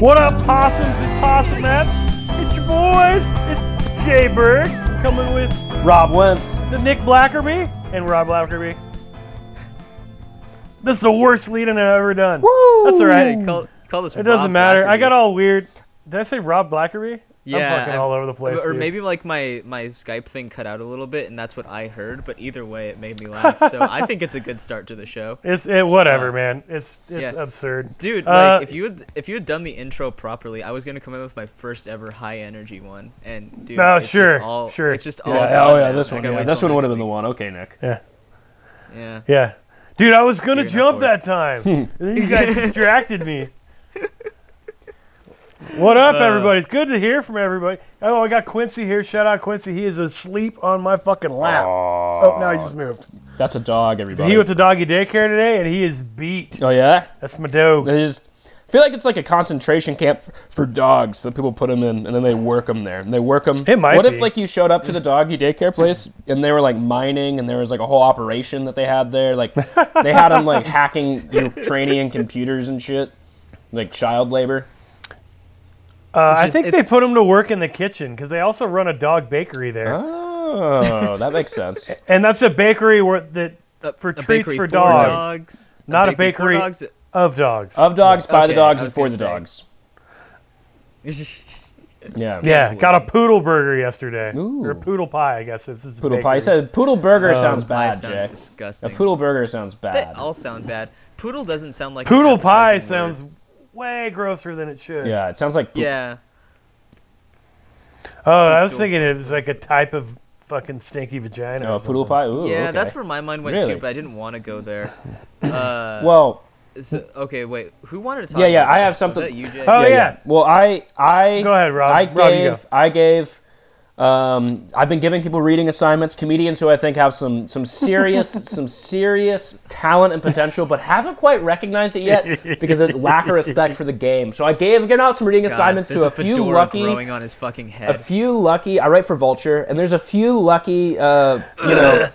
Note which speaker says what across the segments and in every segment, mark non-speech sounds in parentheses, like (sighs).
Speaker 1: What up, possums and possumettes? It's your boys. It's Jay Bird coming with
Speaker 2: Rob Wentz.
Speaker 1: the Nick Blackerby and Rob Blackerby. This is the worst lead in I've ever done. Woo! That's all right.
Speaker 3: Hey, call, call this.
Speaker 1: It doesn't matter. I got all weird. Did I say Rob Blackerby?
Speaker 3: Yeah,
Speaker 1: I'm fucking
Speaker 3: I'm-
Speaker 1: all over the place.
Speaker 3: Or
Speaker 1: dude.
Speaker 3: maybe like my my Skype thing cut out a little bit, and that's what I heard. But either way, it
Speaker 1: (laughs)
Speaker 3: made me laugh. So I think it's a good start to the show,
Speaker 1: it's it. Whatever, man. It's it's
Speaker 3: yeah.
Speaker 1: absurd.
Speaker 3: dude.
Speaker 1: Uh,
Speaker 3: Like if you had, if you had done the intro properly, I was gonna come in with my first ever high energy one, and dude,
Speaker 1: No,
Speaker 3: it's
Speaker 1: sure,
Speaker 3: just all,
Speaker 1: sure.
Speaker 3: It's just all.
Speaker 2: Yeah,
Speaker 3: gone
Speaker 2: oh yeah,
Speaker 3: now.
Speaker 2: this
Speaker 3: Like,
Speaker 2: one.
Speaker 3: I
Speaker 2: Yeah,
Speaker 3: wait
Speaker 2: this
Speaker 3: till
Speaker 2: one would have
Speaker 3: next
Speaker 2: been the
Speaker 3: week.
Speaker 2: one. Okay, Nick.
Speaker 3: Yeah.
Speaker 1: Yeah, dude, I was gonna
Speaker 3: You're not
Speaker 1: jump
Speaker 3: for it.
Speaker 1: that time. and then you guys distracted me. What up, everybody? It's good to hear from everybody. Oh, I got Quincy here. Shout out Quincy. He is asleep on my fucking lap. oh, no, he just moved.
Speaker 2: That's a dog, everybody.
Speaker 1: He went to doggy daycare today, and he is beat.
Speaker 2: oh yeah,
Speaker 1: That's my dog.
Speaker 2: it is. I feel like it's like a concentration camp f- for dogs that people put them in, and then they work them there. And they work them.
Speaker 1: It might
Speaker 2: What
Speaker 1: be.
Speaker 2: if like you showed up to the doggy daycare place and they were like mining, and there was like a whole operation that they had there. Like they had them like hacking your training and computers and shit, like child labor.
Speaker 1: Uh, I
Speaker 3: just-
Speaker 1: think they
Speaker 3: it's-
Speaker 1: put him to work in the kitchen because they also run a dog bakery there,
Speaker 2: Oh, that makes
Speaker 3: (laughs)
Speaker 2: sense.
Speaker 1: and that's a bakery where that
Speaker 3: A-
Speaker 1: For
Speaker 3: a
Speaker 1: treats
Speaker 3: bakery
Speaker 1: for
Speaker 3: for
Speaker 1: dogs.
Speaker 3: dogs,
Speaker 1: Not a
Speaker 3: for
Speaker 1: bakery.
Speaker 3: dogs.
Speaker 1: of dogs.
Speaker 2: Of dogs, by the
Speaker 3: Okay,
Speaker 2: dogs,
Speaker 3: I
Speaker 2: and
Speaker 3: was
Speaker 2: for
Speaker 3: gonna
Speaker 2: the
Speaker 3: say.
Speaker 2: dogs.
Speaker 3: (laughs)
Speaker 2: Yeah.
Speaker 1: yeah, got a
Speaker 3: Listen.
Speaker 1: poodle burger yesterday,
Speaker 2: Ooh.
Speaker 1: or poodle pie, I Um, guess. This is a
Speaker 2: Poodle pie. I
Speaker 1: bakery.
Speaker 2: said poodle burger sounds
Speaker 3: Pie
Speaker 2: bad,
Speaker 3: sounds
Speaker 2: Jay. A
Speaker 3: disgusting.
Speaker 2: poodle burger sounds
Speaker 3: They
Speaker 2: bad.
Speaker 3: all sound bad. Poodle doesn't sound like an
Speaker 1: Poodle pie
Speaker 3: appetizing word.
Speaker 1: sounds way grosser than it should.
Speaker 2: Yeah, it sounds like poop.
Speaker 3: Yeah.
Speaker 1: Oh, I was
Speaker 3: Poodle.
Speaker 1: thinking it was like a type of fucking stinky vagina.
Speaker 2: Oh,
Speaker 1: or
Speaker 2: poodle
Speaker 1: something.
Speaker 2: pie. Ooh,
Speaker 3: yeah,
Speaker 2: okay.
Speaker 3: that's where my mind went
Speaker 2: Really?
Speaker 3: too, but I didn't want to
Speaker 2: (laughs)
Speaker 3: go there. Uh,
Speaker 2: Well,
Speaker 3: so, okay, wait. Who wanted to talk?
Speaker 2: Yeah, yeah,
Speaker 3: about
Speaker 2: I have
Speaker 3: stuff? Was
Speaker 2: something-
Speaker 3: that you, Jay?
Speaker 1: Oh, yeah.
Speaker 2: Well, I I
Speaker 1: Go ahead, Rob.
Speaker 2: I
Speaker 1: Rob, you
Speaker 2: gave
Speaker 1: go.
Speaker 2: I gave. Um, I've been giving people reading assignments. Comedians who I think have some some
Speaker 1: (laughs)
Speaker 2: serious some serious talent and potential, but haven't quite recognized it yet because of lack of respect for the game. So I gave given out some reading
Speaker 3: God,
Speaker 2: assignments
Speaker 3: there's
Speaker 2: to a,
Speaker 3: a
Speaker 2: few
Speaker 3: fedora
Speaker 2: lucky
Speaker 3: growing on his fucking
Speaker 2: a
Speaker 3: head.
Speaker 2: few lucky. I write for Vulture, and there's a few lucky, uh, you
Speaker 3: (laughs)
Speaker 2: know,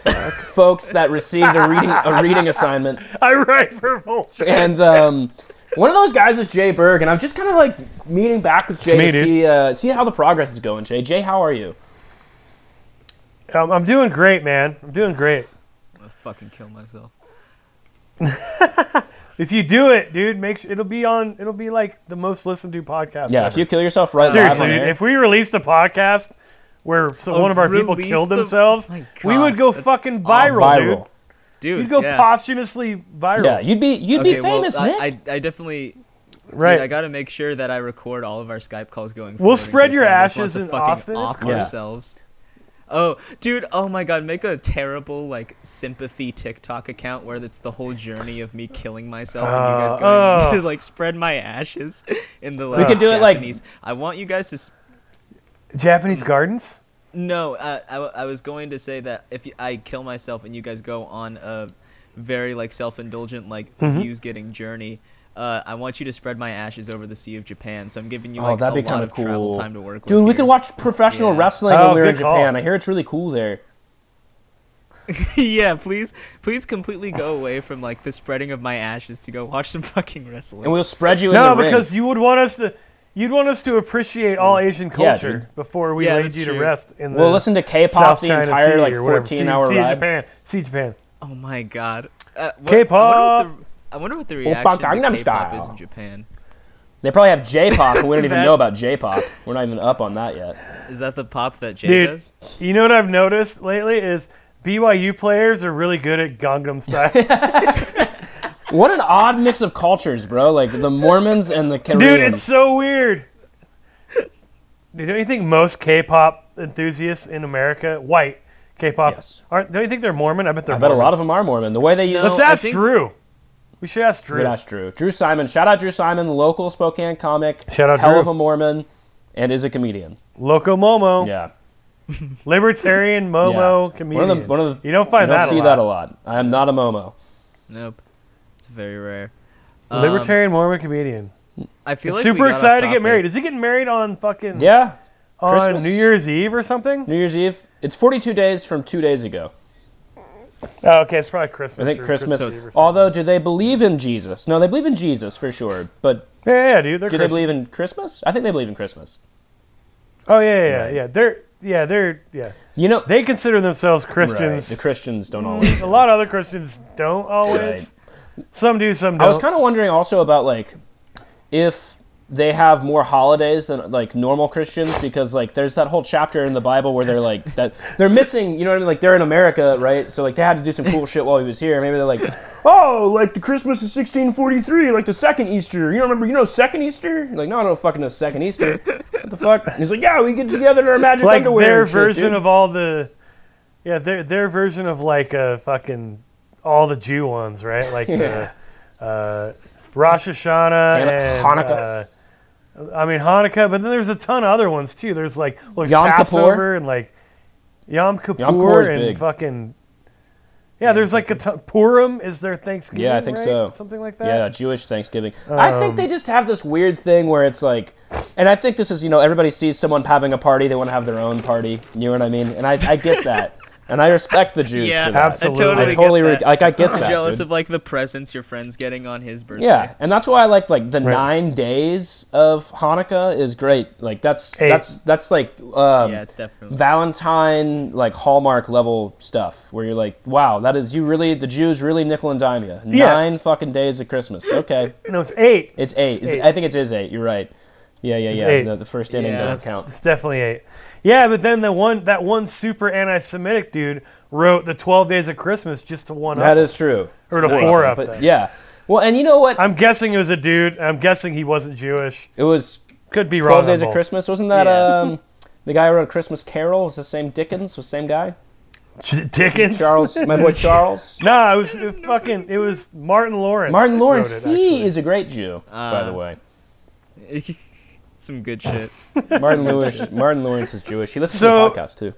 Speaker 2: folks that received a reading a reading assignment,
Speaker 1: (laughs) I write for Vulture.
Speaker 2: and um, one of those guys is Jay Berg, and I'm just kind of like meeting back with Jay
Speaker 1: me,
Speaker 2: to
Speaker 1: dude.
Speaker 2: see uh, see how the progress is going. Jay, Jay, how are you?
Speaker 1: Um, I'm doing great, man. I'm doing great.
Speaker 3: I'm gonna fucking kill myself.
Speaker 1: If you do it, dude, make sure it'll be on. It'll be like the most listened to podcast.
Speaker 2: Yeah,
Speaker 1: ever.
Speaker 2: if you kill yourself right
Speaker 1: seriously,
Speaker 2: live on
Speaker 1: dude,
Speaker 2: air-
Speaker 1: if we released a podcast where so
Speaker 3: Oh,
Speaker 1: one of our people
Speaker 3: release
Speaker 1: killed
Speaker 3: the-
Speaker 1: themselves,
Speaker 3: My
Speaker 1: we
Speaker 3: God,
Speaker 1: would go
Speaker 3: that's
Speaker 1: fucking
Speaker 2: Oh, viral,
Speaker 1: viral, dude.
Speaker 3: Dude,
Speaker 1: You'd go
Speaker 3: yeah.
Speaker 1: posthumously viral.
Speaker 2: yeah, you'd be you'd
Speaker 3: Okay,
Speaker 2: be famous,
Speaker 3: well,
Speaker 2: Nick.
Speaker 3: I, I, I definitely.
Speaker 1: right.
Speaker 3: Dude, I gotta make sure that I record all of our Skype calls going forward.
Speaker 1: We'll
Speaker 3: in
Speaker 1: spread
Speaker 3: case
Speaker 1: your
Speaker 3: one of us
Speaker 1: ashes
Speaker 3: wants to
Speaker 1: in
Speaker 3: fucking
Speaker 1: Austin. It's
Speaker 3: off
Speaker 1: cool.
Speaker 2: Yeah.
Speaker 3: ourselves. Oh, dude! Oh my God! Make a terrible like sympathy TikTok account where it's the whole journey of me killing myself, and you guys
Speaker 1: Uh,
Speaker 3: going
Speaker 1: oh.
Speaker 3: (laughs) to like spread my ashes (laughs) in the like.
Speaker 2: could do it, like-
Speaker 3: Japanese. I want you guys to. s
Speaker 1: Japanese gardens.
Speaker 3: no, uh, I w- I was going to say that if you, I kill myself and you guys go on a very like self-indulgent like
Speaker 2: Mm-hmm.
Speaker 3: views getting journey, uh, I want you to spread my ashes over the sea of Japan. So I'm giving you
Speaker 2: Oh,
Speaker 3: like
Speaker 2: that'd
Speaker 3: a
Speaker 2: be
Speaker 3: lot
Speaker 2: kinda
Speaker 3: of travel
Speaker 2: cool.
Speaker 3: time to work with.
Speaker 2: Dude, we
Speaker 3: here.
Speaker 2: could watch professional
Speaker 3: Yeah.
Speaker 2: wrestling
Speaker 1: Oh,
Speaker 2: when we were in
Speaker 1: good call.
Speaker 2: Japan. I hear it's really cool there.
Speaker 3: (laughs) yeah, please, please completely
Speaker 2: (sighs)
Speaker 3: go away from like the spreading of my ashes to go watch some (laughs) fucking wrestling.
Speaker 2: And we'll spread you
Speaker 1: No,
Speaker 2: in the
Speaker 1: because you would want us to. You'd want us to appreciate all Asian culture
Speaker 2: Mm. dude.
Speaker 1: before we
Speaker 3: Yeah,
Speaker 1: laid
Speaker 3: that's
Speaker 1: you to
Speaker 3: true.
Speaker 1: rest. In
Speaker 2: ring. We'll
Speaker 1: the
Speaker 2: listen to K-pop
Speaker 1: South
Speaker 2: the
Speaker 1: China
Speaker 2: entire
Speaker 1: sea
Speaker 2: like
Speaker 1: or whatever. See-
Speaker 2: 14-hour
Speaker 1: see
Speaker 2: ride.
Speaker 1: Japan. See Japan.
Speaker 3: oh my god. Uh, what, I
Speaker 1: K-pop.
Speaker 3: wonder what the, I wonder what the
Speaker 2: Oppa
Speaker 3: reaction
Speaker 2: Gangnam
Speaker 3: to K-pop is
Speaker 2: Style.
Speaker 3: in Japan.
Speaker 2: They probably have J-pop, and we don't even know
Speaker 3: That's-
Speaker 2: about J-pop. We're not even up on that yet.
Speaker 3: Is that the pop that Jay
Speaker 1: Dude.
Speaker 3: does?
Speaker 1: You know what I've noticed lately is BYU players are really good at
Speaker 2: (laughs)
Speaker 1: Gangnam Style. Dude,
Speaker 2: What an odd mix of cultures, bro! Like the Mormons and the
Speaker 1: it's
Speaker 2: Koreans.
Speaker 1: so weird. Dude, don't you think most K-pop enthusiasts in America, white K-pop,
Speaker 2: Yes.
Speaker 1: aren't? Don't you think they're Mormon? I bet they're.
Speaker 2: I bet a
Speaker 1: Mormon.
Speaker 2: lot of them are Mormon. The way they use
Speaker 3: No.
Speaker 1: Let's
Speaker 3: I
Speaker 1: ask
Speaker 3: think-
Speaker 1: Drew. We should ask Drew.
Speaker 2: Good ass Drew. Drew Simon. Shout out Drew Simon, the local Spokane comic.
Speaker 1: Shout out
Speaker 2: hell
Speaker 1: Drew.
Speaker 2: of a Mormon, and is a comedian.
Speaker 1: Loco Momo,
Speaker 2: Yeah,
Speaker 1: libertarian Momo
Speaker 2: yeah.
Speaker 1: comedian.
Speaker 2: One of the one of the.
Speaker 1: you don't find
Speaker 2: I
Speaker 1: that,
Speaker 2: don't see
Speaker 1: a lot.
Speaker 2: that a lot. I am not a Momo.
Speaker 3: Nope. It's very rare.
Speaker 1: Libertarian
Speaker 2: Um,
Speaker 1: Mormon comedian.
Speaker 3: I feel
Speaker 1: It's
Speaker 3: like we
Speaker 1: super
Speaker 3: got off
Speaker 1: excited to get
Speaker 3: topic.
Speaker 1: married. Is he getting married on fucking
Speaker 2: Yeah,
Speaker 1: on
Speaker 2: Christmas.
Speaker 1: New Year's Eve or something?
Speaker 2: New Year's Eve. It's 42 days from two days ago.
Speaker 1: Oh, okay, it's probably Christmas.
Speaker 2: I think
Speaker 1: or
Speaker 2: Christmas.
Speaker 1: Eve or something.
Speaker 2: although, do they believe in Jesus? No, they believe in Jesus for sure. But
Speaker 1: Yeah, yeah, dude. They're
Speaker 2: Do they
Speaker 1: Christian.
Speaker 2: believe in Christmas? I think they believe in Christmas.
Speaker 1: Oh yeah, yeah,
Speaker 2: Right.
Speaker 1: yeah. They're yeah, they're yeah.
Speaker 2: You know,
Speaker 1: They consider themselves
Speaker 2: Right,
Speaker 1: Christians. Mm,
Speaker 2: the Christians don't always.
Speaker 1: A lot of other Christians don't always. Some do, some don't.
Speaker 2: I was kind of wondering also about like if they have more holidays than like normal Christians because like there's that whole chapter in the Bible where they're like (laughs) that they're missing, you know what I mean? Like they're in America, right? So like they had to do some cool shit while he was here. Maybe they're like, (laughs) "Oh, like the Christmas is 1643, like the second Easter. You don't remember, you know, second Easter?" You're like, "No, I don't fucking know second Easter." What the fuck? And he's like, "Yeah, we get together in our magic
Speaker 1: like
Speaker 2: underwear."
Speaker 1: their
Speaker 2: and shit,
Speaker 1: version
Speaker 2: dude."
Speaker 1: of all the yeah their their version of like uh fucking all the Jew ones right like
Speaker 2: Yeah.
Speaker 1: the uh, Rosh Hashanah
Speaker 2: Hana-
Speaker 1: and
Speaker 2: Hanukkah.
Speaker 1: uh, I mean Hanukkah but then there's a ton of other ones too there's like well, there's
Speaker 2: Yom Kippur.
Speaker 1: Passover and like Yom Kippur,
Speaker 2: Kippur is
Speaker 1: and
Speaker 2: big.
Speaker 1: fucking yeah there's like a ton, Purim is their Thanksgiving
Speaker 2: Yeah, I think
Speaker 1: right?
Speaker 2: so.
Speaker 1: something like that Um,
Speaker 2: Yeah, Jewish Thanksgiving. I think they just have this weird thing where it's like, and I think this is, you know, everybody sees someone having a party, they want to have their own party. You know what I mean? And I, I get
Speaker 1: (laughs)
Speaker 2: that. and I respect the Jews
Speaker 3: Yeah,
Speaker 2: for that.
Speaker 1: absolutely.
Speaker 2: I
Speaker 3: I totally,
Speaker 2: totally,
Speaker 3: get
Speaker 2: re-
Speaker 3: that.
Speaker 2: like, I get
Speaker 3: I'm
Speaker 2: that.
Speaker 3: jealous
Speaker 2: dude.
Speaker 3: of like the presents your friend's getting on his birthday.
Speaker 2: yeah, and that's why I like like the
Speaker 1: Right.
Speaker 2: nine days of Hanukkah is great. Like that's
Speaker 1: Eight.
Speaker 2: that's that's like um,
Speaker 3: yeah, it's definitely.
Speaker 2: Valentine like Hallmark level stuff where you're like, wow, that is you really the Jews really nickel and dime you.
Speaker 1: Yeah.
Speaker 2: Nine fucking days of Christmas. Okay.
Speaker 1: no it's eight
Speaker 2: It's eight. Is it-
Speaker 1: eight.
Speaker 2: I think it is eight. You're right. Yeah, yeah, yeah.
Speaker 1: eight.
Speaker 2: No, the first inning
Speaker 3: Yeah.
Speaker 2: doesn't count.
Speaker 1: It's definitely eight. Yeah, but then the one that one super anti-Semitic dude wrote the Twelve Days of Christmas just to one
Speaker 2: That
Speaker 1: up
Speaker 2: is true.
Speaker 1: or to four up.
Speaker 2: But
Speaker 1: them.
Speaker 2: yeah. Well, and you know what?
Speaker 1: I'm guessing it was a dude. I'm guessing he wasn't Jewish.
Speaker 2: it was
Speaker 1: Could be wrong.
Speaker 2: Twelve
Speaker 1: on
Speaker 2: Days of
Speaker 1: both.
Speaker 2: Christmas. Wasn't that
Speaker 1: (laughs)
Speaker 3: Yeah.
Speaker 2: um the guy who wrote Christmas Carol? Was the same Dickens? Was the same
Speaker 1: (laughs)
Speaker 2: guy?
Speaker 1: Ch- Dickens.
Speaker 2: Charles, my boy Charles.
Speaker 1: (laughs) Nah, it was it fucking. It was Martin Lawrence.
Speaker 2: Martin Lawrence.
Speaker 1: Wrote it,
Speaker 2: he
Speaker 1: actually.
Speaker 2: is a great Jew, by
Speaker 3: Uh,
Speaker 2: the
Speaker 1: (laughs)
Speaker 2: way.
Speaker 3: (laughs) Some good shit.
Speaker 2: Martin Lewis. Martin Lawrence is Jewish. He listens
Speaker 1: So-
Speaker 2: to the podcast too.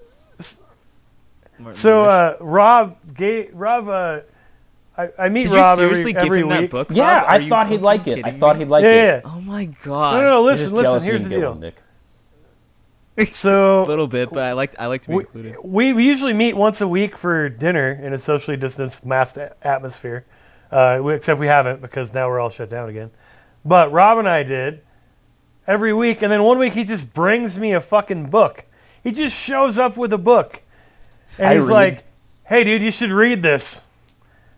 Speaker 3: Martin
Speaker 1: So
Speaker 3: Lewis.
Speaker 1: uh, Rob, gay, Rob, uh, I, I meet
Speaker 3: did you
Speaker 1: Rob
Speaker 3: seriously
Speaker 1: every, every
Speaker 3: give him
Speaker 1: week.
Speaker 3: that book?
Speaker 2: Yeah,
Speaker 3: Rob? Are
Speaker 2: I
Speaker 3: you
Speaker 2: thought he'd
Speaker 3: fucking
Speaker 2: like it. I
Speaker 3: kidding
Speaker 2: thought
Speaker 3: me?
Speaker 2: he'd like
Speaker 1: yeah,
Speaker 2: it.
Speaker 1: yeah.
Speaker 3: Oh my god.
Speaker 1: No, no,
Speaker 2: You're just
Speaker 1: listen, listen.
Speaker 2: jealous you
Speaker 1: Here's the
Speaker 2: didn't get one,
Speaker 1: deal.
Speaker 2: Nick.
Speaker 1: So
Speaker 3: A little bit, but I liked I like to be
Speaker 1: We-
Speaker 3: included.
Speaker 1: We usually meet once a week for dinner in a socially distanced, masked a- atmosphere. Uh, we, except we haven't because now we're all shut down again. But Rob and I did every week, and then one week he just brings me a fucking book. He just shows up with a book, and
Speaker 2: I
Speaker 1: he's
Speaker 2: read-
Speaker 1: like, "Hey, dude, you should read this."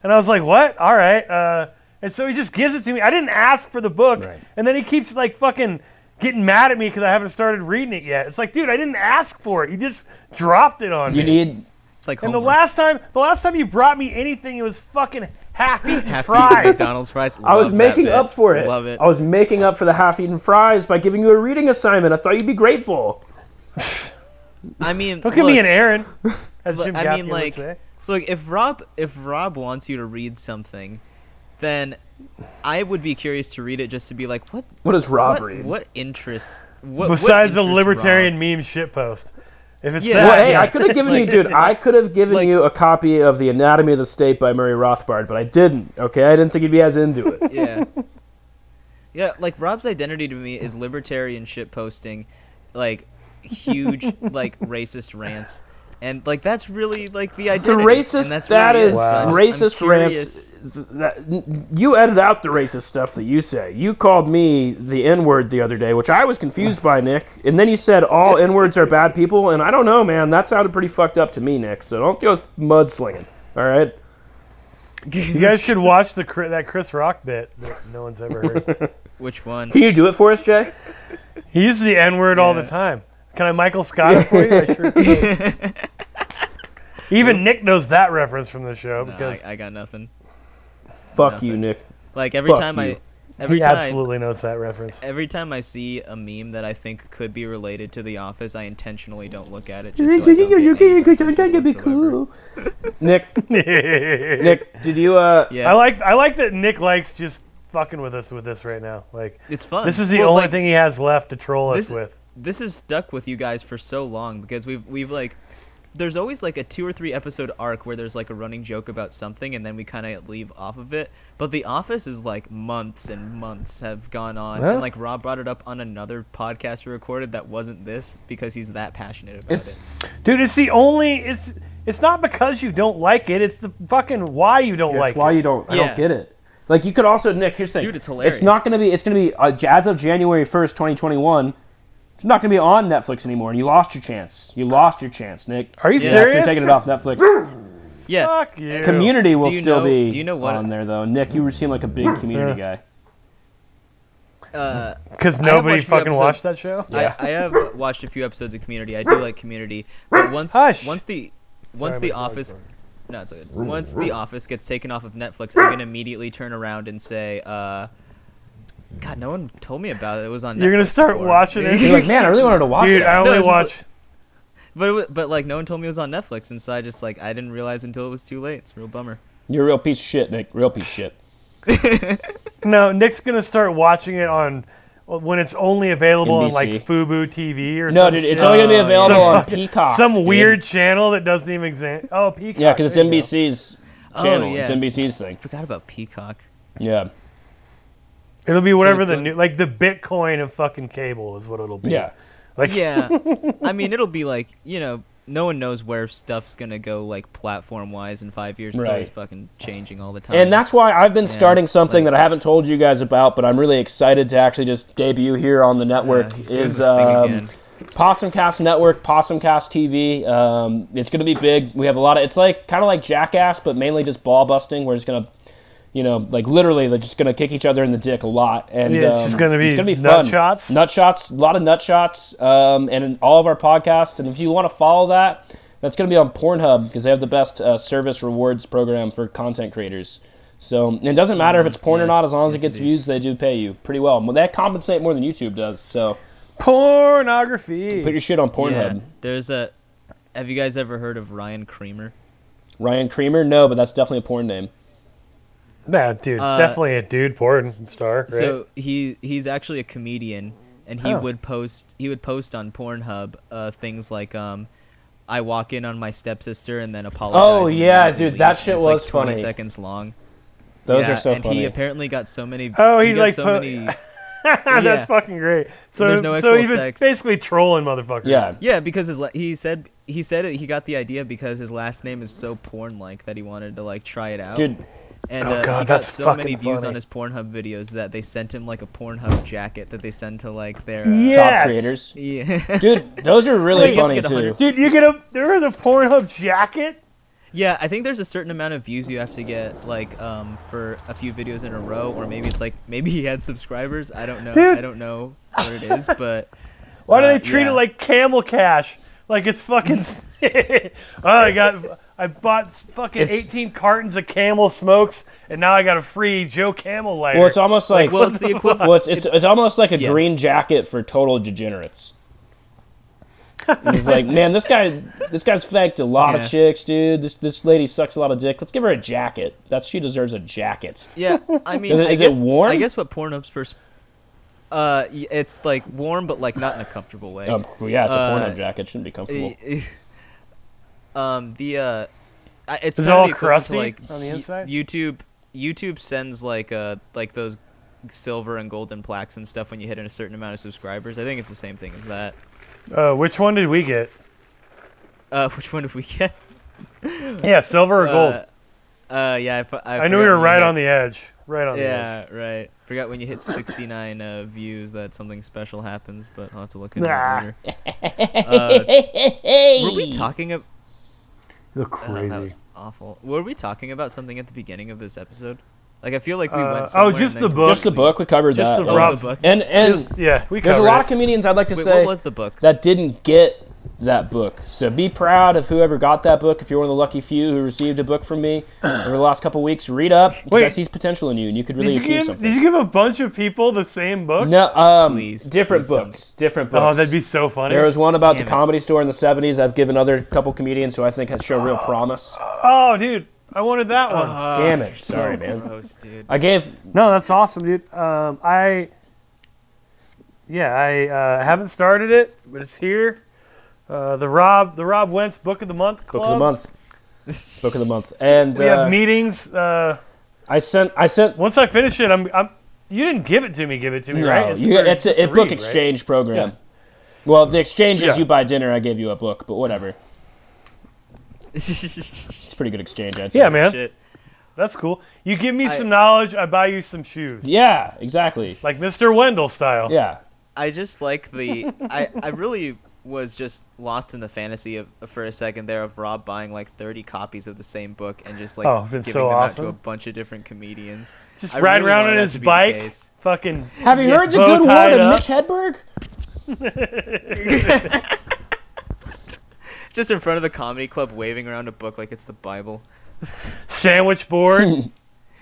Speaker 1: And I was like, "What? All right." Uh, and so he just gives it to me. I didn't ask for the book,
Speaker 2: Right.
Speaker 1: and then he keeps like fucking getting mad at me because I haven't started reading it yet. It's like, dude, I didn't ask for it. You just dropped it on
Speaker 2: You
Speaker 1: me.
Speaker 2: need
Speaker 3: It's like
Speaker 1: and the
Speaker 3: homework.
Speaker 1: last time, the last time you brought me anything, it was fucking half-eaten
Speaker 3: (laughs) Half-eaten
Speaker 1: fries.
Speaker 3: McDonald's fries.
Speaker 2: I was
Speaker 3: Love that
Speaker 2: making
Speaker 3: bit.
Speaker 2: up for it.
Speaker 3: Love
Speaker 1: Oh,
Speaker 3: it.
Speaker 2: I was making up for the half-eaten fries by giving you a reading assignment. I thought you'd be grateful.
Speaker 3: I mean,
Speaker 1: Look at me
Speaker 3: look,
Speaker 1: and Aaron,
Speaker 3: (laughs)
Speaker 1: as
Speaker 3: Look,
Speaker 1: Jim
Speaker 3: I
Speaker 1: Gaffigan
Speaker 3: mean,
Speaker 1: would
Speaker 3: like-
Speaker 1: say.
Speaker 3: Look, if Rob if Rob wants you to read something, then I would be curious to read it just to be like, what
Speaker 2: What is
Speaker 3: what,
Speaker 2: robbery?
Speaker 3: what interests what what
Speaker 1: Besides the
Speaker 3: interests
Speaker 1: libertarian
Speaker 3: Rob?
Speaker 1: meme shitpost, if it's
Speaker 3: Yeah.
Speaker 1: that,
Speaker 2: Well, hey,
Speaker 3: (laughs) yeah.
Speaker 2: I could have given you,
Speaker 3: Like-
Speaker 2: dude. I could have given
Speaker 3: Like-
Speaker 2: you a copy of The Anatomy of the State by Murray Rothbard, but I didn't. Okay, I didn't think you'd be as into it.
Speaker 1: (laughs)
Speaker 3: Yeah. Yeah, like Rob's identity to me is libertarian shit posting, like
Speaker 1: (laughs)
Speaker 3: huge like racist rants. And like that's really like the
Speaker 2: the
Speaker 3: identity.
Speaker 2: racist
Speaker 3: and that's
Speaker 2: that
Speaker 3: really it.
Speaker 2: is
Speaker 3: So I'm just- I'm
Speaker 2: racist rants.
Speaker 3: curious.
Speaker 2: That, you edit out the racist stuff that you say. You called me the N word the other day, which I was confused by, Nick. And then you said all N words are bad people, and I don't know, man. That sounded pretty fucked up to me, Nick. So don't go mudslinging. All right.
Speaker 3: (laughs)
Speaker 1: you guys should watch the Chri- that Chris Rock bit that no one's ever
Speaker 3: (laughs)
Speaker 1: heard.
Speaker 3: Which one?
Speaker 2: Can you do it for us, Jay?
Speaker 1: he uses the N-word all the
Speaker 3: Yeah.
Speaker 1: time. Can I Michael Scott it for you? I sure
Speaker 3: (laughs)
Speaker 1: could. Even Nick knows that reference from the show
Speaker 3: Nah,
Speaker 1: because
Speaker 3: I, I got nothing.
Speaker 2: Fuck
Speaker 3: Nothing.
Speaker 2: you, Nick.
Speaker 3: Like every
Speaker 2: Fuck
Speaker 3: time
Speaker 2: you.
Speaker 3: I every
Speaker 1: he
Speaker 3: time
Speaker 1: absolutely knows that reference.
Speaker 3: every time I see a meme that I think could be related to The Office, I intentionally don't look at it. Just so I don't get any references whatsoever.
Speaker 2: Nick, Nick, did you uh?
Speaker 3: Yeah,
Speaker 1: I like I like that Nick likes just fucking with us with this right now. Like
Speaker 3: it's fun.
Speaker 1: this is the
Speaker 3: Well,
Speaker 1: only
Speaker 3: like,
Speaker 1: thing he has left to troll us
Speaker 3: this-
Speaker 1: with.
Speaker 3: This has stuck with you guys for so long because we've we've like. There's always like a two or three episode arc where there's like a running joke about something and then we kind of leave off of it. But The Office is like months and months have gone on.
Speaker 2: Well-
Speaker 3: and like Rob brought it up on another podcast we recorded that wasn't this because he's that passionate about
Speaker 2: It's
Speaker 3: it.
Speaker 1: Dude, it's the only it's it's not because you don't like it, it's the fucking why you don't
Speaker 2: that's
Speaker 1: like
Speaker 2: why
Speaker 1: it.
Speaker 2: you don't. I
Speaker 3: Yeah.
Speaker 2: don't get it. Like you could also Nick. Here's the thing,
Speaker 3: Dude, it's hilarious.
Speaker 2: It's not gonna be. It's gonna be uh, as of January first, twenty twenty one. It's not gonna be on Netflix anymore, and you lost your chance. You lost your chance, Nick.
Speaker 1: Are you
Speaker 2: yeah, They're
Speaker 1: serious?
Speaker 2: taking it off
Speaker 1: (laughs)
Speaker 2: Netflix.
Speaker 3: Yeah.
Speaker 1: Fuck you.
Speaker 2: community will
Speaker 3: Do you
Speaker 2: still
Speaker 3: know-
Speaker 2: be
Speaker 3: do you know what-
Speaker 2: on there though. Nick, you seem like a big
Speaker 1: (laughs)
Speaker 2: community guy.
Speaker 3: Uh,
Speaker 1: Because
Speaker 3: I have
Speaker 1: nobody
Speaker 3: watched a few
Speaker 1: fucking
Speaker 3: episodes.
Speaker 1: watched that show.
Speaker 2: Yeah.
Speaker 3: I, I have watched a few episodes of Community. I do like Community, but once
Speaker 1: Hush.
Speaker 3: once the once
Speaker 1: Sorry,
Speaker 3: the
Speaker 1: my dog's
Speaker 3: Office, no, it's good. Once the Office gets taken off of Netflix, I'm gonna immediately turn around and say, uh, "God, no one told me about it. It was on." Netflix
Speaker 1: You're gonna start
Speaker 3: before."
Speaker 1: watching
Speaker 3: (laughs)
Speaker 1: it.
Speaker 2: You're like, man, I really wanted to watch
Speaker 1: Dude,
Speaker 2: that.
Speaker 1: I only
Speaker 3: it's just
Speaker 1: watch.
Speaker 3: But it wa- but like no one told me it was on Netflix, and so I just like I didn't realize until it was too late. It's a real bummer.
Speaker 2: You're a real piece of shit, Nick. Real piece of
Speaker 1: (laughs)
Speaker 2: shit.
Speaker 1: No, Nick's gonna start watching it on when it's only available on like
Speaker 2: NBC.
Speaker 1: Fubu TV or
Speaker 2: No,
Speaker 1: some
Speaker 2: dude,
Speaker 1: shit.
Speaker 2: it's only gonna be
Speaker 3: Oh,
Speaker 2: available
Speaker 1: some
Speaker 2: on
Speaker 1: fucking-
Speaker 2: Peacock.
Speaker 1: some
Speaker 2: dude.
Speaker 1: weird channel that doesn't even exist. Oh, Peacock.
Speaker 2: Yeah, because it's
Speaker 1: there you go.
Speaker 2: NBC's
Speaker 3: Oh,
Speaker 2: channel.
Speaker 3: yeah.
Speaker 2: It's NBC's thing.
Speaker 3: Forgot about Peacock.
Speaker 2: Yeah,
Speaker 1: It'll be whatever
Speaker 3: it's
Speaker 1: the
Speaker 3: going-
Speaker 1: new, like the Bitcoin of fucking cable is what it'll be.
Speaker 2: yeah.
Speaker 1: Like (laughs)
Speaker 3: Yeah, I mean it'll be like you know no one knows where stuff's gonna go like platform wise in five years. It's
Speaker 2: Right.
Speaker 3: always fucking changing all the time.
Speaker 2: And that's why I've been starting something
Speaker 3: like-
Speaker 2: that I haven't told you guys about, but I'm really excited to actually just debut here on the
Speaker 3: Yeah,
Speaker 2: network.
Speaker 3: he's doing
Speaker 2: is
Speaker 3: the thing
Speaker 2: um,
Speaker 3: again.
Speaker 2: Possumcast Network, Possumcast TV. Um, it's going to be big. We have a lot of. It's like kind of like Jackass, but mainly just ball busting. We're just going to, you know, like literally, they're just going to kick each other in the dick a lot. And
Speaker 1: Yeah, it's
Speaker 2: um,
Speaker 1: just gonna be
Speaker 2: it's gonna be
Speaker 1: nut
Speaker 2: fun.
Speaker 1: shots.
Speaker 2: nut shots, a lot of nut shots, um, and in all of our podcasts. And if you want to follow that, that's going to be on Pornhub because they have the best uh, service rewards program for content creators. So and it doesn't matter if it's porn or
Speaker 3: Mm, yes,
Speaker 2: not, as long as
Speaker 3: yes,
Speaker 2: it gets
Speaker 3: indeed.
Speaker 2: views, they do pay you pretty well. Well, They compensate more than YouTube does. So
Speaker 1: pornography.
Speaker 2: put your shit on
Speaker 3: Yeah,
Speaker 2: Pornhub.
Speaker 3: there's a. Have you guys ever heard of Ryan Creamer?
Speaker 2: Ryan Creamer? No, but that's definitely a porn name.
Speaker 1: nah, dude,
Speaker 3: Uh,
Speaker 1: definitely a dude porn star. Right?
Speaker 3: So he he's actually a comedian, and he
Speaker 2: Oh.
Speaker 1: Huh.
Speaker 3: would post he would post on Pornhub uh, things like um, I walk in on my stepsister and then apologize.
Speaker 2: Oh,
Speaker 3: and
Speaker 2: yeah,
Speaker 3: immediately
Speaker 2: dude, that
Speaker 3: leave.
Speaker 2: shit
Speaker 3: It's
Speaker 2: was
Speaker 3: like 20
Speaker 2: funny.
Speaker 3: Seconds long.
Speaker 2: Those
Speaker 3: Yeah,
Speaker 2: are so
Speaker 3: and
Speaker 2: funny.
Speaker 3: he apparently got so many.
Speaker 1: Oh,
Speaker 3: he,
Speaker 1: he,
Speaker 3: got
Speaker 1: like,
Speaker 3: so
Speaker 1: po-
Speaker 3: many. yeah.
Speaker 1: (laughs) That's fucking great. So
Speaker 3: There's no
Speaker 1: so
Speaker 3: actual
Speaker 1: he was
Speaker 3: sex.
Speaker 1: basically trolling motherfuckers.
Speaker 2: yeah.
Speaker 3: Yeah, because his la- he said he said it, he got the idea because his last name is so porn like that he wanted to like try it out.
Speaker 2: Dude,
Speaker 3: And
Speaker 1: Oh, God,
Speaker 3: uh, he got
Speaker 1: that's
Speaker 3: so many
Speaker 1: fucking
Speaker 3: views
Speaker 1: funny.
Speaker 3: on his Pornhub videos that they sent him like a Pornhub jacket that they send to like their uh,
Speaker 1: Yes.
Speaker 2: top creators.
Speaker 3: yeah (laughs)
Speaker 2: Dude, those are really
Speaker 3: Wait, you have
Speaker 2: funny
Speaker 3: to get
Speaker 2: too.
Speaker 3: 100
Speaker 1: Dude, you get a there was a Pornhub jacket.
Speaker 3: yeah. I think there's a certain amount of views you have to get like um for a few videos in a row, or maybe it's like maybe he had subscribers. I don't know.
Speaker 1: Dude.
Speaker 3: I don't know what it is, but
Speaker 1: Why do
Speaker 3: Uh,
Speaker 1: they treat
Speaker 3: yeah.
Speaker 1: it like camel cash? Like it's
Speaker 3: (laughs)
Speaker 1: fucking. (laughs) oh, I got. I bought s- fucking
Speaker 2: It's-
Speaker 1: 18 cartons of Camel smokes, and now I got a free Joe Camel lighter.
Speaker 2: Well, it's almost like
Speaker 3: well, it's the equivalent.
Speaker 2: well, it's, it's, it's almost like a
Speaker 3: Yeah.
Speaker 2: green jacket for total degenerates. It's
Speaker 3: (laughs)
Speaker 2: like, man, this guy, this guy's faked a lot
Speaker 3: Yeah.
Speaker 2: of chicks, dude. This this lady sucks a lot of dick. Let's give her a jacket. That's she deserves a jacket.
Speaker 3: Yeah, I mean,
Speaker 2: Is it-
Speaker 3: I
Speaker 2: is it
Speaker 3: guess,
Speaker 2: warm?
Speaker 3: I guess what Pornhub's pers- uh, y- it's like warm, but like not in a comfortable way.
Speaker 2: Um, well, yeah, it's a
Speaker 3: Uh,
Speaker 2: porno jacket. It shouldn't be comfortable.
Speaker 3: Eh, eh, (laughs) um, the uh, I- it's
Speaker 1: Is it
Speaker 3: kinda
Speaker 1: all
Speaker 3: the equivalent to,
Speaker 1: crusty
Speaker 3: like,
Speaker 1: on the
Speaker 3: y-
Speaker 1: inside?
Speaker 3: YouTube, YouTube sends like uh, like those silver and golden plaques and stuff when you hit in a certain amount of subscribers. I think it's the same thing as that.
Speaker 1: uh, which one did we get?
Speaker 3: Uh, (laughs) which one did we get?
Speaker 1: Yeah, silver or gold.
Speaker 3: Uh, uh, yeah, I, fu-
Speaker 1: I
Speaker 3: I,
Speaker 1: knew
Speaker 3: forgot
Speaker 1: we were
Speaker 3: when you
Speaker 1: right
Speaker 3: hit-
Speaker 1: on the edge. Right on
Speaker 3: Yeah, right. Forgot when you hit 69 uh, views that something special happens, but I'll have to look into
Speaker 1: Nah.
Speaker 3: that later. Uh, were we talking about?
Speaker 1: the edge. Look
Speaker 3: that was awful. Were we talking about something at the beginning of this episode? Like I feel like we
Speaker 1: Uh, oh,
Speaker 3: went. Somewhere
Speaker 1: just
Speaker 3: and then
Speaker 1: the
Speaker 3: completely-
Speaker 2: just the book. We covered
Speaker 1: Just
Speaker 2: that.
Speaker 1: the
Speaker 3: Oh,
Speaker 1: Rob-
Speaker 3: the book.
Speaker 2: and and
Speaker 1: yeah, we
Speaker 2: there's a
Speaker 1: covered
Speaker 2: lot
Speaker 1: it.
Speaker 2: of comedians I'd like to
Speaker 3: Wait,
Speaker 2: say
Speaker 3: what was the book?
Speaker 2: that didn't get that book. So be proud of whoever got that book. If you're one of the lucky few who received a book from
Speaker 1: (clears throat)
Speaker 2: me over the last couple weeks, read up because I
Speaker 1: Wait.
Speaker 2: see potential in you, and you could
Speaker 1: Did
Speaker 2: really
Speaker 1: you,
Speaker 2: achieve
Speaker 1: give,
Speaker 2: something.
Speaker 1: did you give a bunch of people the same book?
Speaker 2: no, um,
Speaker 3: Please,
Speaker 2: different
Speaker 3: please tell
Speaker 2: books, different books.
Speaker 1: Oh, that'd be so funny.
Speaker 2: There was one about
Speaker 3: Damn
Speaker 2: the
Speaker 3: it.
Speaker 2: comedy store in the '70s. I've given other couple comedians who I think has show real promise.
Speaker 1: oh, dude, I wanted that one.
Speaker 3: Uh-huh.
Speaker 2: Damn it!
Speaker 3: Oh, So
Speaker 2: Sorry, man.
Speaker 3: Gross, dude.
Speaker 2: (laughs) I gave
Speaker 1: No, that's awesome, dude. Um, I, yeah, I uh, haven't started it, but it's here. Uh, the Rob, the Rob Wentz Book of the Month Club.
Speaker 2: book of the
Speaker 3: (laughs)
Speaker 2: month, book of the month, and
Speaker 1: We
Speaker 2: uh,
Speaker 1: have meetings. Uh,
Speaker 2: I sent I sent
Speaker 1: once I finish it, I'm, I'm. You didn't give it to me. Give it to me,
Speaker 2: No,
Speaker 1: right?
Speaker 2: you,
Speaker 1: for-
Speaker 2: it's
Speaker 1: just
Speaker 2: a,
Speaker 1: to
Speaker 2: a book
Speaker 1: read, right?
Speaker 2: exchange program.
Speaker 1: Yeah.
Speaker 2: Well, the exchange is
Speaker 1: Yeah.
Speaker 2: you buy dinner, I gave you a book, but whatever. It's a pretty good exchange, I'd say.
Speaker 1: Yeah, man.
Speaker 3: Shit.
Speaker 1: That's cool. You give me
Speaker 3: I-
Speaker 1: some knowledge, I buy you some shoes.
Speaker 2: Yeah, exactly.
Speaker 1: Like Mr. Wendell style.
Speaker 2: yeah.
Speaker 3: I just like the I, I really was just lost in the fantasy of for a second there of Rob buying like 30 copies of the same book and just like
Speaker 1: Oh, it's
Speaker 3: giving
Speaker 1: so
Speaker 3: them out to a
Speaker 1: awesome.
Speaker 3: bunch of different comedians.
Speaker 1: Just
Speaker 3: I
Speaker 1: ride
Speaker 3: really
Speaker 1: around
Speaker 3: wanted
Speaker 1: on
Speaker 3: that
Speaker 1: his
Speaker 3: to be the
Speaker 1: bike.
Speaker 3: case.
Speaker 1: Fucking
Speaker 2: Have you
Speaker 3: Yeah.
Speaker 2: heard the
Speaker 1: Bow
Speaker 2: good word
Speaker 1: tied
Speaker 2: of
Speaker 1: up.
Speaker 2: Mitch Hedberg? (laughs)
Speaker 3: Just in front of the comedy club waving around a book like it's the Bible.
Speaker 2: (laughs)
Speaker 1: sandwich board.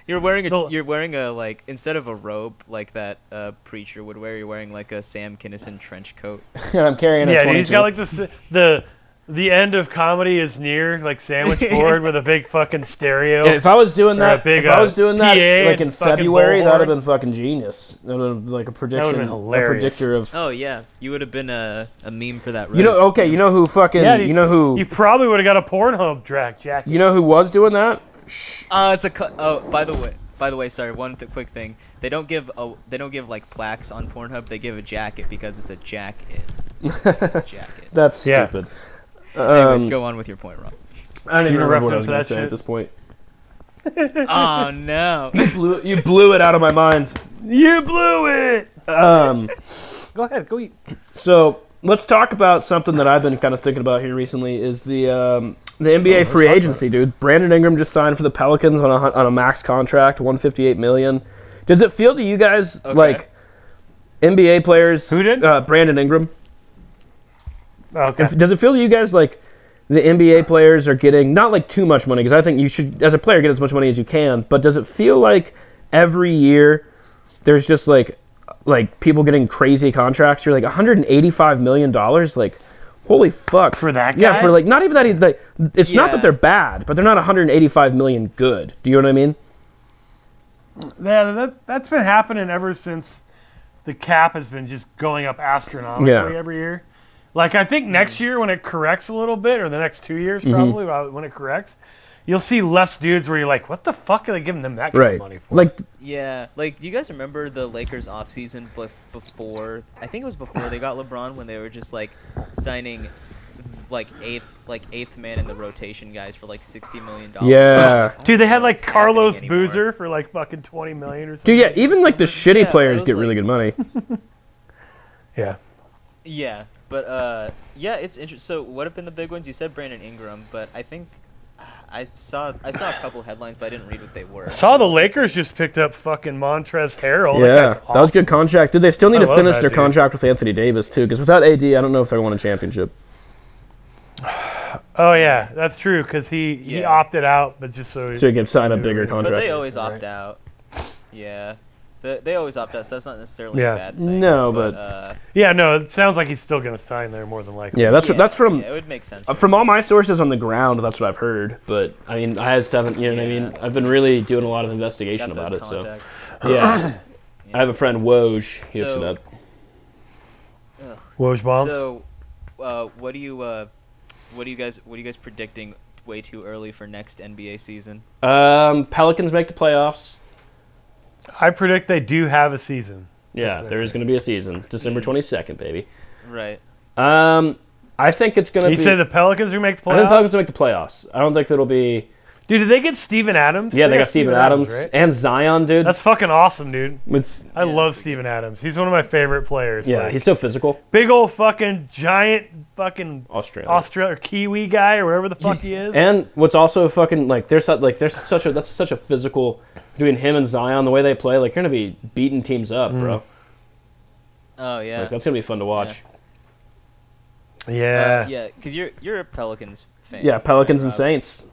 Speaker 3: You're wearing a
Speaker 1: The-
Speaker 3: you're wearing a like instead of a robe like that uh, preacher would wear. You're wearing like a Sam Kinison trench coat.
Speaker 2: and I'm carrying a
Speaker 1: yeah,
Speaker 2: 22.
Speaker 1: dude, he's got like this the the end of comedy is near,
Speaker 2: (laughs)
Speaker 1: like sandwich board with a big fucking stereo.
Speaker 2: if I was doing
Speaker 1: Or a
Speaker 2: that,
Speaker 1: big,
Speaker 2: if I
Speaker 1: uh,
Speaker 2: was doing that
Speaker 1: PA
Speaker 2: like in
Speaker 1: and fucking
Speaker 2: February, that would have
Speaker 1: bullhorn.
Speaker 2: been fucking genius. That would have like a prediction, a
Speaker 1: hilarious.
Speaker 2: predictor of.
Speaker 3: Oh yeah, you would have been a, a meme for that.
Speaker 2: You know, okay, you know who fucking,
Speaker 1: Oh. Yeah,
Speaker 2: you,
Speaker 1: dude,
Speaker 2: know who,
Speaker 1: You
Speaker 2: you,
Speaker 1: probably would have got a Pornhub drag jacket.
Speaker 2: know who was doing that? Shh.
Speaker 3: Uh, it's a cu- oh. By the way, by the way, sorry. One th- quick thing. They don't give a they don't give like plaques on Pornhub. They give a jacket because it's
Speaker 2: (laughs)
Speaker 3: a jacket. jacket.
Speaker 2: That's
Speaker 1: Yeah.
Speaker 2: stupid.
Speaker 3: Anyways,
Speaker 2: Um,
Speaker 3: go on with your point, Rob.
Speaker 1: I don't even
Speaker 2: remember
Speaker 1: remember
Speaker 2: what I
Speaker 1: them
Speaker 2: was
Speaker 1: for
Speaker 2: gonna
Speaker 1: that
Speaker 2: say at
Speaker 1: shit.
Speaker 2: this point.
Speaker 3: oh
Speaker 2: (laughs)
Speaker 3: no.
Speaker 2: Blew, you blew it out of my mind.
Speaker 1: You blew it.
Speaker 2: Um,
Speaker 1: (laughs) Go ahead, go eat.
Speaker 2: so let's talk about something that I've been kind of thinking about here recently. Is the um, the
Speaker 1: Oh,
Speaker 2: NBA free agency, dude? Brandon Ingram just signed for the Pelicans on a hun- on a max contract, one fifty eight million. Does it feel to you guys
Speaker 3: Okay.
Speaker 2: like NBA players?
Speaker 1: Who did?
Speaker 2: Uh, Brandon Ingram.
Speaker 1: Okay.
Speaker 2: Does it feel to you guys like the NBA players are getting not like too much money because I think you should as a player get as much money as you can, but does it feel like every year there's just like like people getting crazy contracts? You're like 185 million dollars, like holy fuck
Speaker 1: For that
Speaker 2: Yeah,
Speaker 1: guy?
Speaker 2: for like not even that. he- Like, it's not
Speaker 3: Yeah.
Speaker 2: that they're bad, but they're not 185 million good. Do you know what I mean?
Speaker 1: Yeah, that that's been happening ever since the cap has been just going up astronomically
Speaker 2: Yeah.
Speaker 1: every year. Like I think next year when it corrects a little bit, or the next two years
Speaker 2: Mm-hmm.
Speaker 1: probably uh, when it corrects, you'll see less dudes where you're like, what the fuck are they giving them that kind
Speaker 2: Right.
Speaker 1: of money for?
Speaker 2: Like
Speaker 3: Yeah, like do you guys remember the Lakers offseason bef- before? I think it was before they got LeBron when they were just like signing like eighth like eighth man in the rotation guys for like sixty million
Speaker 1: Oh.
Speaker 3: dollars.
Speaker 2: Yeah.
Speaker 1: Dude, they had like
Speaker 3: It's happening
Speaker 1: Carlos
Speaker 3: anymore.
Speaker 1: Boozer for like fucking twenty million or something.
Speaker 2: dude, yeah, even like the
Speaker 1: (laughs)
Speaker 2: shitty
Speaker 3: Yeah,
Speaker 2: players
Speaker 3: it
Speaker 2: get
Speaker 3: was
Speaker 2: really
Speaker 3: like-
Speaker 2: good money.
Speaker 1: yeah.
Speaker 3: Yeah, but uh, yeah, it's interesting. So, what have been the big ones? You said Brandon Ingram, but I think I saw I saw a couple headlines, but I didn't read what they were.
Speaker 1: I saw the Lakers just picked up fucking Montrez Harrell. That
Speaker 2: Yeah,
Speaker 1: guy's
Speaker 2: that was a good
Speaker 1: awesome.
Speaker 2: contract. Dude, they still need
Speaker 1: I
Speaker 2: to
Speaker 1: love
Speaker 2: finish
Speaker 1: that
Speaker 2: their
Speaker 1: dude.
Speaker 2: contract with Anthony Davis too, because without AD, I don't know if they're going to championship.
Speaker 1: Oh yeah, that's true because he he
Speaker 3: Yeah.
Speaker 1: opted out, but just so.
Speaker 2: So you can sign a bigger
Speaker 1: But
Speaker 3: but
Speaker 2: contract.
Speaker 3: they always
Speaker 1: Right.
Speaker 3: opt out. Yeah, the, they always opt out, so that's not necessarily
Speaker 1: Yeah.
Speaker 3: a bad thing.
Speaker 2: No, but-
Speaker 3: uh,
Speaker 1: yeah, no, it sounds like he's still gonna sign there more than likely.
Speaker 2: yeah, that's
Speaker 3: yeah,
Speaker 2: that's from
Speaker 3: yeah, it would make sense.
Speaker 2: uh,
Speaker 3: for
Speaker 2: from
Speaker 3: them
Speaker 2: all
Speaker 3: to
Speaker 2: my sources on the ground. That's what I've heard. But I mean, I just haven't. You know what I mean? I've been really doing a lot of
Speaker 3: get
Speaker 2: investigation about
Speaker 3: those
Speaker 2: it.
Speaker 3: contacts.
Speaker 2: So yeah, (coughs) I have a friend Woj. He hooks
Speaker 3: So-
Speaker 2: it up.
Speaker 1: Woj bombs.
Speaker 3: So, uh, what do you uh, what do you guys what are you guys predicting way too early for next NBA season?
Speaker 2: Um, Pelicans make the playoffs.
Speaker 1: I predict they do have a season.
Speaker 2: Yeah,
Speaker 1: That's
Speaker 2: there is going to be a season, December twenty second, baby.
Speaker 3: Right.
Speaker 2: Um, I think it's going to
Speaker 1: You
Speaker 2: be.
Speaker 1: say the Pelicans who make the
Speaker 2: I think
Speaker 1: playoffs?
Speaker 2: Pelicans will make the playoffs. I don't think that'll be.
Speaker 1: dude, did they get Steven Adams?
Speaker 2: Yeah, they got Steven Adams
Speaker 1: right?
Speaker 2: and Zion, dude.
Speaker 1: That's fucking awesome, dude.
Speaker 2: It's,
Speaker 1: I
Speaker 3: Yeah,
Speaker 1: love
Speaker 3: that's pretty
Speaker 1: Steven Adams. He's one of my favorite players.
Speaker 2: yeah,
Speaker 1: Like,
Speaker 2: he's so physical.
Speaker 1: big old fucking giant fucking
Speaker 2: Australian.
Speaker 1: Australian Kiwi guy or wherever the fuck he is.
Speaker 2: and what's also fucking like there's su- like there's such a that's such a physical between him and Zion the way they play like you're gonna be beating teams up, bro.
Speaker 3: Oh yeah.
Speaker 2: Like that's gonna be fun to watch.
Speaker 1: yeah.
Speaker 3: Uh, yeah, because you're you're a Pelicans fan.
Speaker 2: Yeah, Pelicans
Speaker 3: right,
Speaker 2: and
Speaker 3: Rob?
Speaker 2: Saints.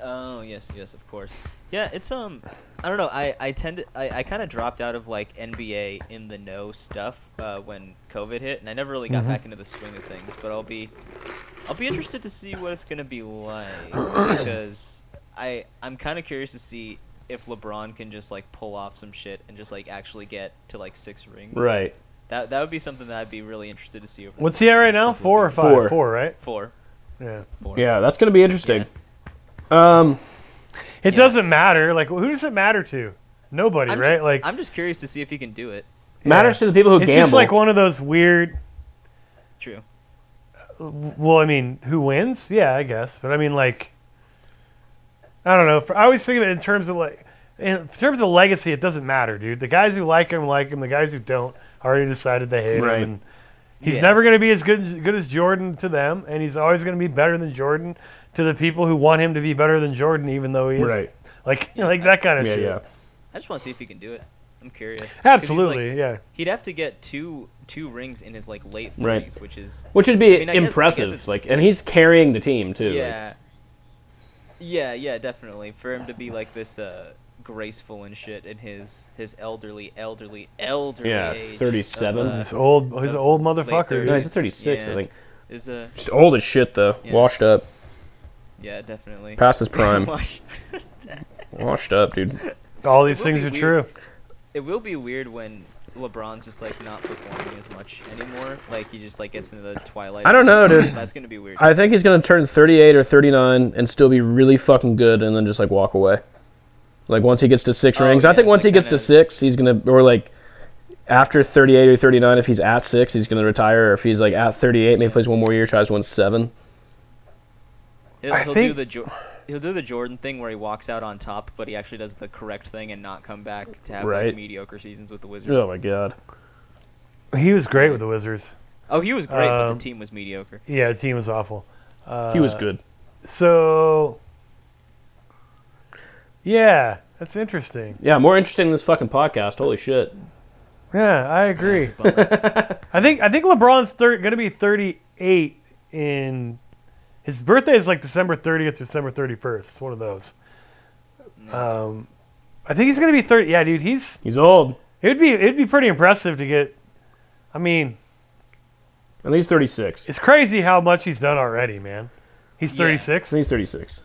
Speaker 3: Oh yes, yes, of course. Yeah, it's um, I don't know. I I tend to I, I kind of dropped out of like NBA in the know stuff uh, when COVID hit, and I never really got
Speaker 1: Mm-hmm.
Speaker 3: back into the swing of things. But I'll be, I'll be interested to see what it's gonna
Speaker 1: (coughs)
Speaker 3: be like because I I'm kind of curious to see if LeBron can just like pull off some shit and just like actually get to like six rings.
Speaker 2: Right.
Speaker 3: That that would be something that I'd be really interested to see. Over the
Speaker 1: What's he at
Speaker 3: next
Speaker 1: right now?
Speaker 3: couple of
Speaker 1: Four or
Speaker 3: years.
Speaker 1: five?
Speaker 2: Four.
Speaker 1: right?
Speaker 3: Four.
Speaker 1: Yeah.
Speaker 3: Four.
Speaker 2: Yeah, that's gonna be interesting. Um,
Speaker 1: It
Speaker 3: Yeah.
Speaker 1: doesn't matter. Like, who does it matter to? Nobody,
Speaker 3: I'm ju-
Speaker 1: right? like,
Speaker 3: I'm just curious to see if he can do it.
Speaker 2: matters to the people who
Speaker 1: it's
Speaker 2: gamble.
Speaker 1: just like one of those weird.
Speaker 3: True.
Speaker 1: Well, I mean, who wins? Yeah, I guess. But I mean, like, I don't know. For, I always think of it in terms of like, in terms of legacy, it doesn't matter, dude. The guys who like him like him. The guys who don't already decided they hate
Speaker 2: Right.
Speaker 1: him. And he's
Speaker 3: Yeah.
Speaker 1: never going to be as good good as Jordan to them, and he's always going to be better than Jordan to the people who want him to be better than Jordan, even though he is
Speaker 2: Right.
Speaker 1: like (laughs) like that kind of
Speaker 2: Yeah,
Speaker 1: shit.
Speaker 2: yeah.
Speaker 3: I just want to see if he can do it. I'm curious. 'Cause he's, like,
Speaker 1: Absolutely, yeah.
Speaker 3: he'd have to get two two rings in his like late
Speaker 2: Right.
Speaker 3: thirties, which is
Speaker 2: Which would be
Speaker 3: I mean, I guess- I guess
Speaker 2: impressive.
Speaker 3: it's-
Speaker 2: like, and he's carrying the team too. like-
Speaker 3: yeah, yeah, yeah, definitely. For him to be like this uh, graceful and shit in his his elderly, elderly, elderly
Speaker 2: Yeah,
Speaker 3: age of,
Speaker 2: 37.
Speaker 3: uh,
Speaker 1: He's old. He's an old
Speaker 2: No,
Speaker 1: motherfucker. dude.
Speaker 2: he's 36, I
Speaker 3: Yeah.
Speaker 2: think.
Speaker 3: is a
Speaker 2: Just old as shit though.
Speaker 3: Yeah.
Speaker 2: Washed up,
Speaker 3: yeah, definitely.
Speaker 2: past his prime.
Speaker 3: (laughs) Watch.
Speaker 2: Washed up, dude.
Speaker 1: All these
Speaker 3: It would
Speaker 1: things
Speaker 3: be
Speaker 1: are true.
Speaker 3: weird. it will be weird when LeBron's just like not performing as much anymore. Like he just like gets into the twilight.
Speaker 2: I don't
Speaker 3: of his
Speaker 2: know,
Speaker 3: career.
Speaker 2: dude.
Speaker 3: That's gonna be weird. to
Speaker 2: I
Speaker 3: see.
Speaker 2: think he's gonna turn 38 or 39 and still be really fucking good, and then just like walk away. Like once he gets to six
Speaker 3: Oh,
Speaker 2: rings, I
Speaker 3: yeah,
Speaker 2: think once
Speaker 3: like
Speaker 2: he gets to
Speaker 3: kinda-
Speaker 2: six, he's gonna or like after 38 or 39, if he's at six, he's gonna retire. Or if he's like at 38, maybe plays one more year, tries one seven.
Speaker 3: He'll,
Speaker 1: I
Speaker 3: he'll do
Speaker 1: think-
Speaker 3: the jo- he'll do the Jordan thing where he walks out on top, but he actually does the correct thing and not come back to have
Speaker 2: Right.
Speaker 3: like mediocre seasons with the Wizards.
Speaker 2: Oh
Speaker 3: Oh,
Speaker 2: my god.
Speaker 1: He was great with the Wizards.
Speaker 3: Oh, he was great, but
Speaker 1: Um,
Speaker 3: the team was mediocre.
Speaker 1: Yeah, the team was awful. Uh,
Speaker 2: he was good.
Speaker 1: So, yeah, that's interesting.
Speaker 2: Yeah, more interesting than this fucking podcast. Holy shit.
Speaker 1: Yeah, I agree.
Speaker 3: It's a bummer.
Speaker 1: (laughs) I think I think LeBron's thir- going to be 38 in his birthday is like December 30th, December 31st. It's one of those. Um, I think he's going to be 30. Yeah, dude, he's
Speaker 2: He's old.
Speaker 1: it'd be it'd be pretty impressive to get. I mean,
Speaker 2: I think he's 36.
Speaker 1: it's crazy how much he's done already, man. He's
Speaker 3: Yeah.
Speaker 1: 36.
Speaker 2: I think he's 36.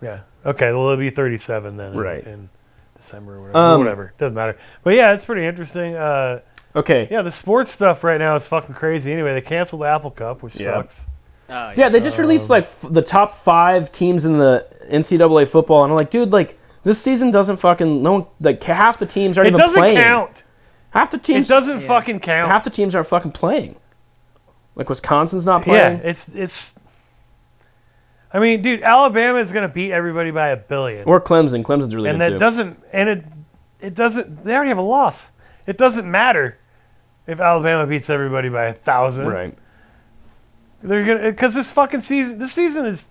Speaker 1: Yeah. Okay. Well, it'll be 37 then. in-
Speaker 2: Right.
Speaker 1: In, December or whatever.
Speaker 2: Um,
Speaker 1: whatever. Doesn't matter. But yeah, it's pretty interesting. Uh,
Speaker 2: Okay.
Speaker 1: yeah, the sports stuff right now is fucking crazy. Anyway, they canceled the Apple Cup, which
Speaker 2: Yeah.
Speaker 1: sucks.
Speaker 3: Oh,
Speaker 2: Yeah, they just released like f- the top five teams in the NCAA football, and I'm like, dude, like this season doesn't fucking no one like half the teams aren't
Speaker 1: It
Speaker 2: even
Speaker 1: doesn't
Speaker 2: playing.
Speaker 1: count.
Speaker 2: Half the
Speaker 1: It
Speaker 2: teams
Speaker 1: doesn't
Speaker 3: Yeah.
Speaker 1: fucking count.
Speaker 2: half the teams aren't fucking playing. Like Wisconsin's not
Speaker 1: yeah,
Speaker 2: playing.
Speaker 1: it's it's. I mean, dude, Alabama is gonna beat everybody by a billion,
Speaker 2: or Clemson. Clemson's really
Speaker 1: and
Speaker 2: good
Speaker 1: that
Speaker 2: too.
Speaker 1: doesn't and it it doesn't. They already have a loss. It doesn't matter if Alabama beats everybody by a thousand.
Speaker 2: right.
Speaker 1: They're gonna because this fucking season. This season is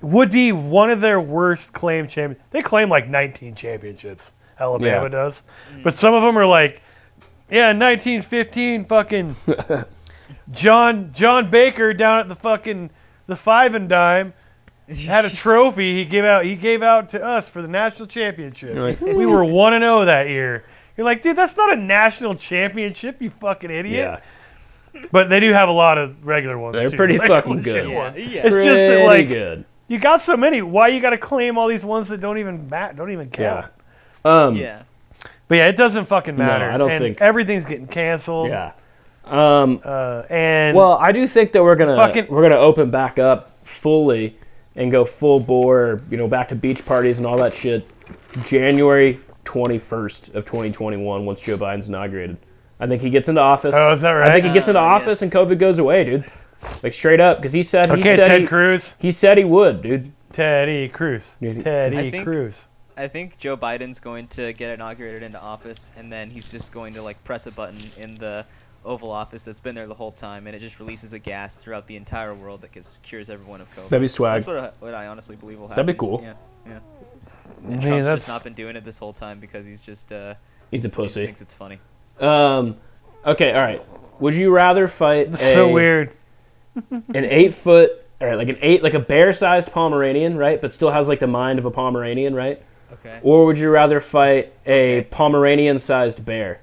Speaker 1: would be one of their worst claim champion. They claim like 19 championships. Alabama
Speaker 2: Yeah.
Speaker 1: does, but some of them are like, yeah,
Speaker 2: (laughs)
Speaker 1: 1915 fucking John John Baker down at the fucking the five and dime had
Speaker 3: (laughs)
Speaker 1: a trophy he gave out he gave out to us for the national championship.
Speaker 2: You're like,
Speaker 1: (laughs) we were one and zero that year. You're like, dude, that's not a national championship, you fucking idiot.
Speaker 2: Yeah.
Speaker 1: But they do have a lot of regular ones.
Speaker 2: They're
Speaker 1: too.
Speaker 2: pretty
Speaker 1: Like,
Speaker 2: fucking
Speaker 1: legit
Speaker 2: good.
Speaker 1: ones.
Speaker 3: Yeah, yeah.
Speaker 1: It's just that,
Speaker 2: Pretty
Speaker 1: like
Speaker 2: good.
Speaker 1: you got so many. Why you got to claim all these ones that don't even mat don't even count?
Speaker 2: Yeah. Um.
Speaker 3: yeah.
Speaker 1: But yeah, it doesn't fucking matter.
Speaker 2: I don't
Speaker 1: and
Speaker 2: think-
Speaker 1: everything's getting canceled.
Speaker 2: Yeah. Um.
Speaker 1: Uh, and
Speaker 2: Well, I do think that we're gonna
Speaker 1: Fucking-
Speaker 2: we're gonna open back up fully and go full bore, you know, back to beach parties and all that shit. January twenty first of twenty twenty one, once Joe Biden's inaugurated. I think he gets into office.
Speaker 1: Oh, is that right?
Speaker 2: I think he gets into
Speaker 3: Oh,
Speaker 2: office
Speaker 3: yes.
Speaker 2: and COVID goes away, dude. Like straight up, because he said he
Speaker 1: okay,
Speaker 2: said
Speaker 1: Ted
Speaker 2: he,
Speaker 1: Cruz,
Speaker 2: he said he would, dude.
Speaker 1: Teddy Cruz,
Speaker 2: Dude,
Speaker 1: Teddy
Speaker 3: I think-
Speaker 1: Cruz.
Speaker 3: I think Joe Biden's going to get inaugurated into office, and then he's just going to like press a button in the Oval Office that's been there the whole time, and it just releases a gas throughout the entire world that gets, cures everyone of COVID.
Speaker 2: That'd be swag.
Speaker 3: That's what I, what I honestly believe will happen.
Speaker 2: That'd be cool.
Speaker 3: Yeah, yeah.
Speaker 1: I mean,
Speaker 3: And Trump's
Speaker 1: that's-
Speaker 3: just not been doing it this whole time because he's just uh,
Speaker 2: He's a
Speaker 3: he just
Speaker 2: pussy.
Speaker 3: thinks it's funny.
Speaker 2: Um. Okay. All right. Would you rather fight
Speaker 1: It's so
Speaker 2: a-
Speaker 1: weird.
Speaker 2: an eight foot or like an eight like a bear sized Pomeranian, right? But still has like the mind of a Pomeranian, right?
Speaker 3: Okay.
Speaker 2: Or would you rather fight a
Speaker 3: Okay.
Speaker 2: Pomeranian sized bear?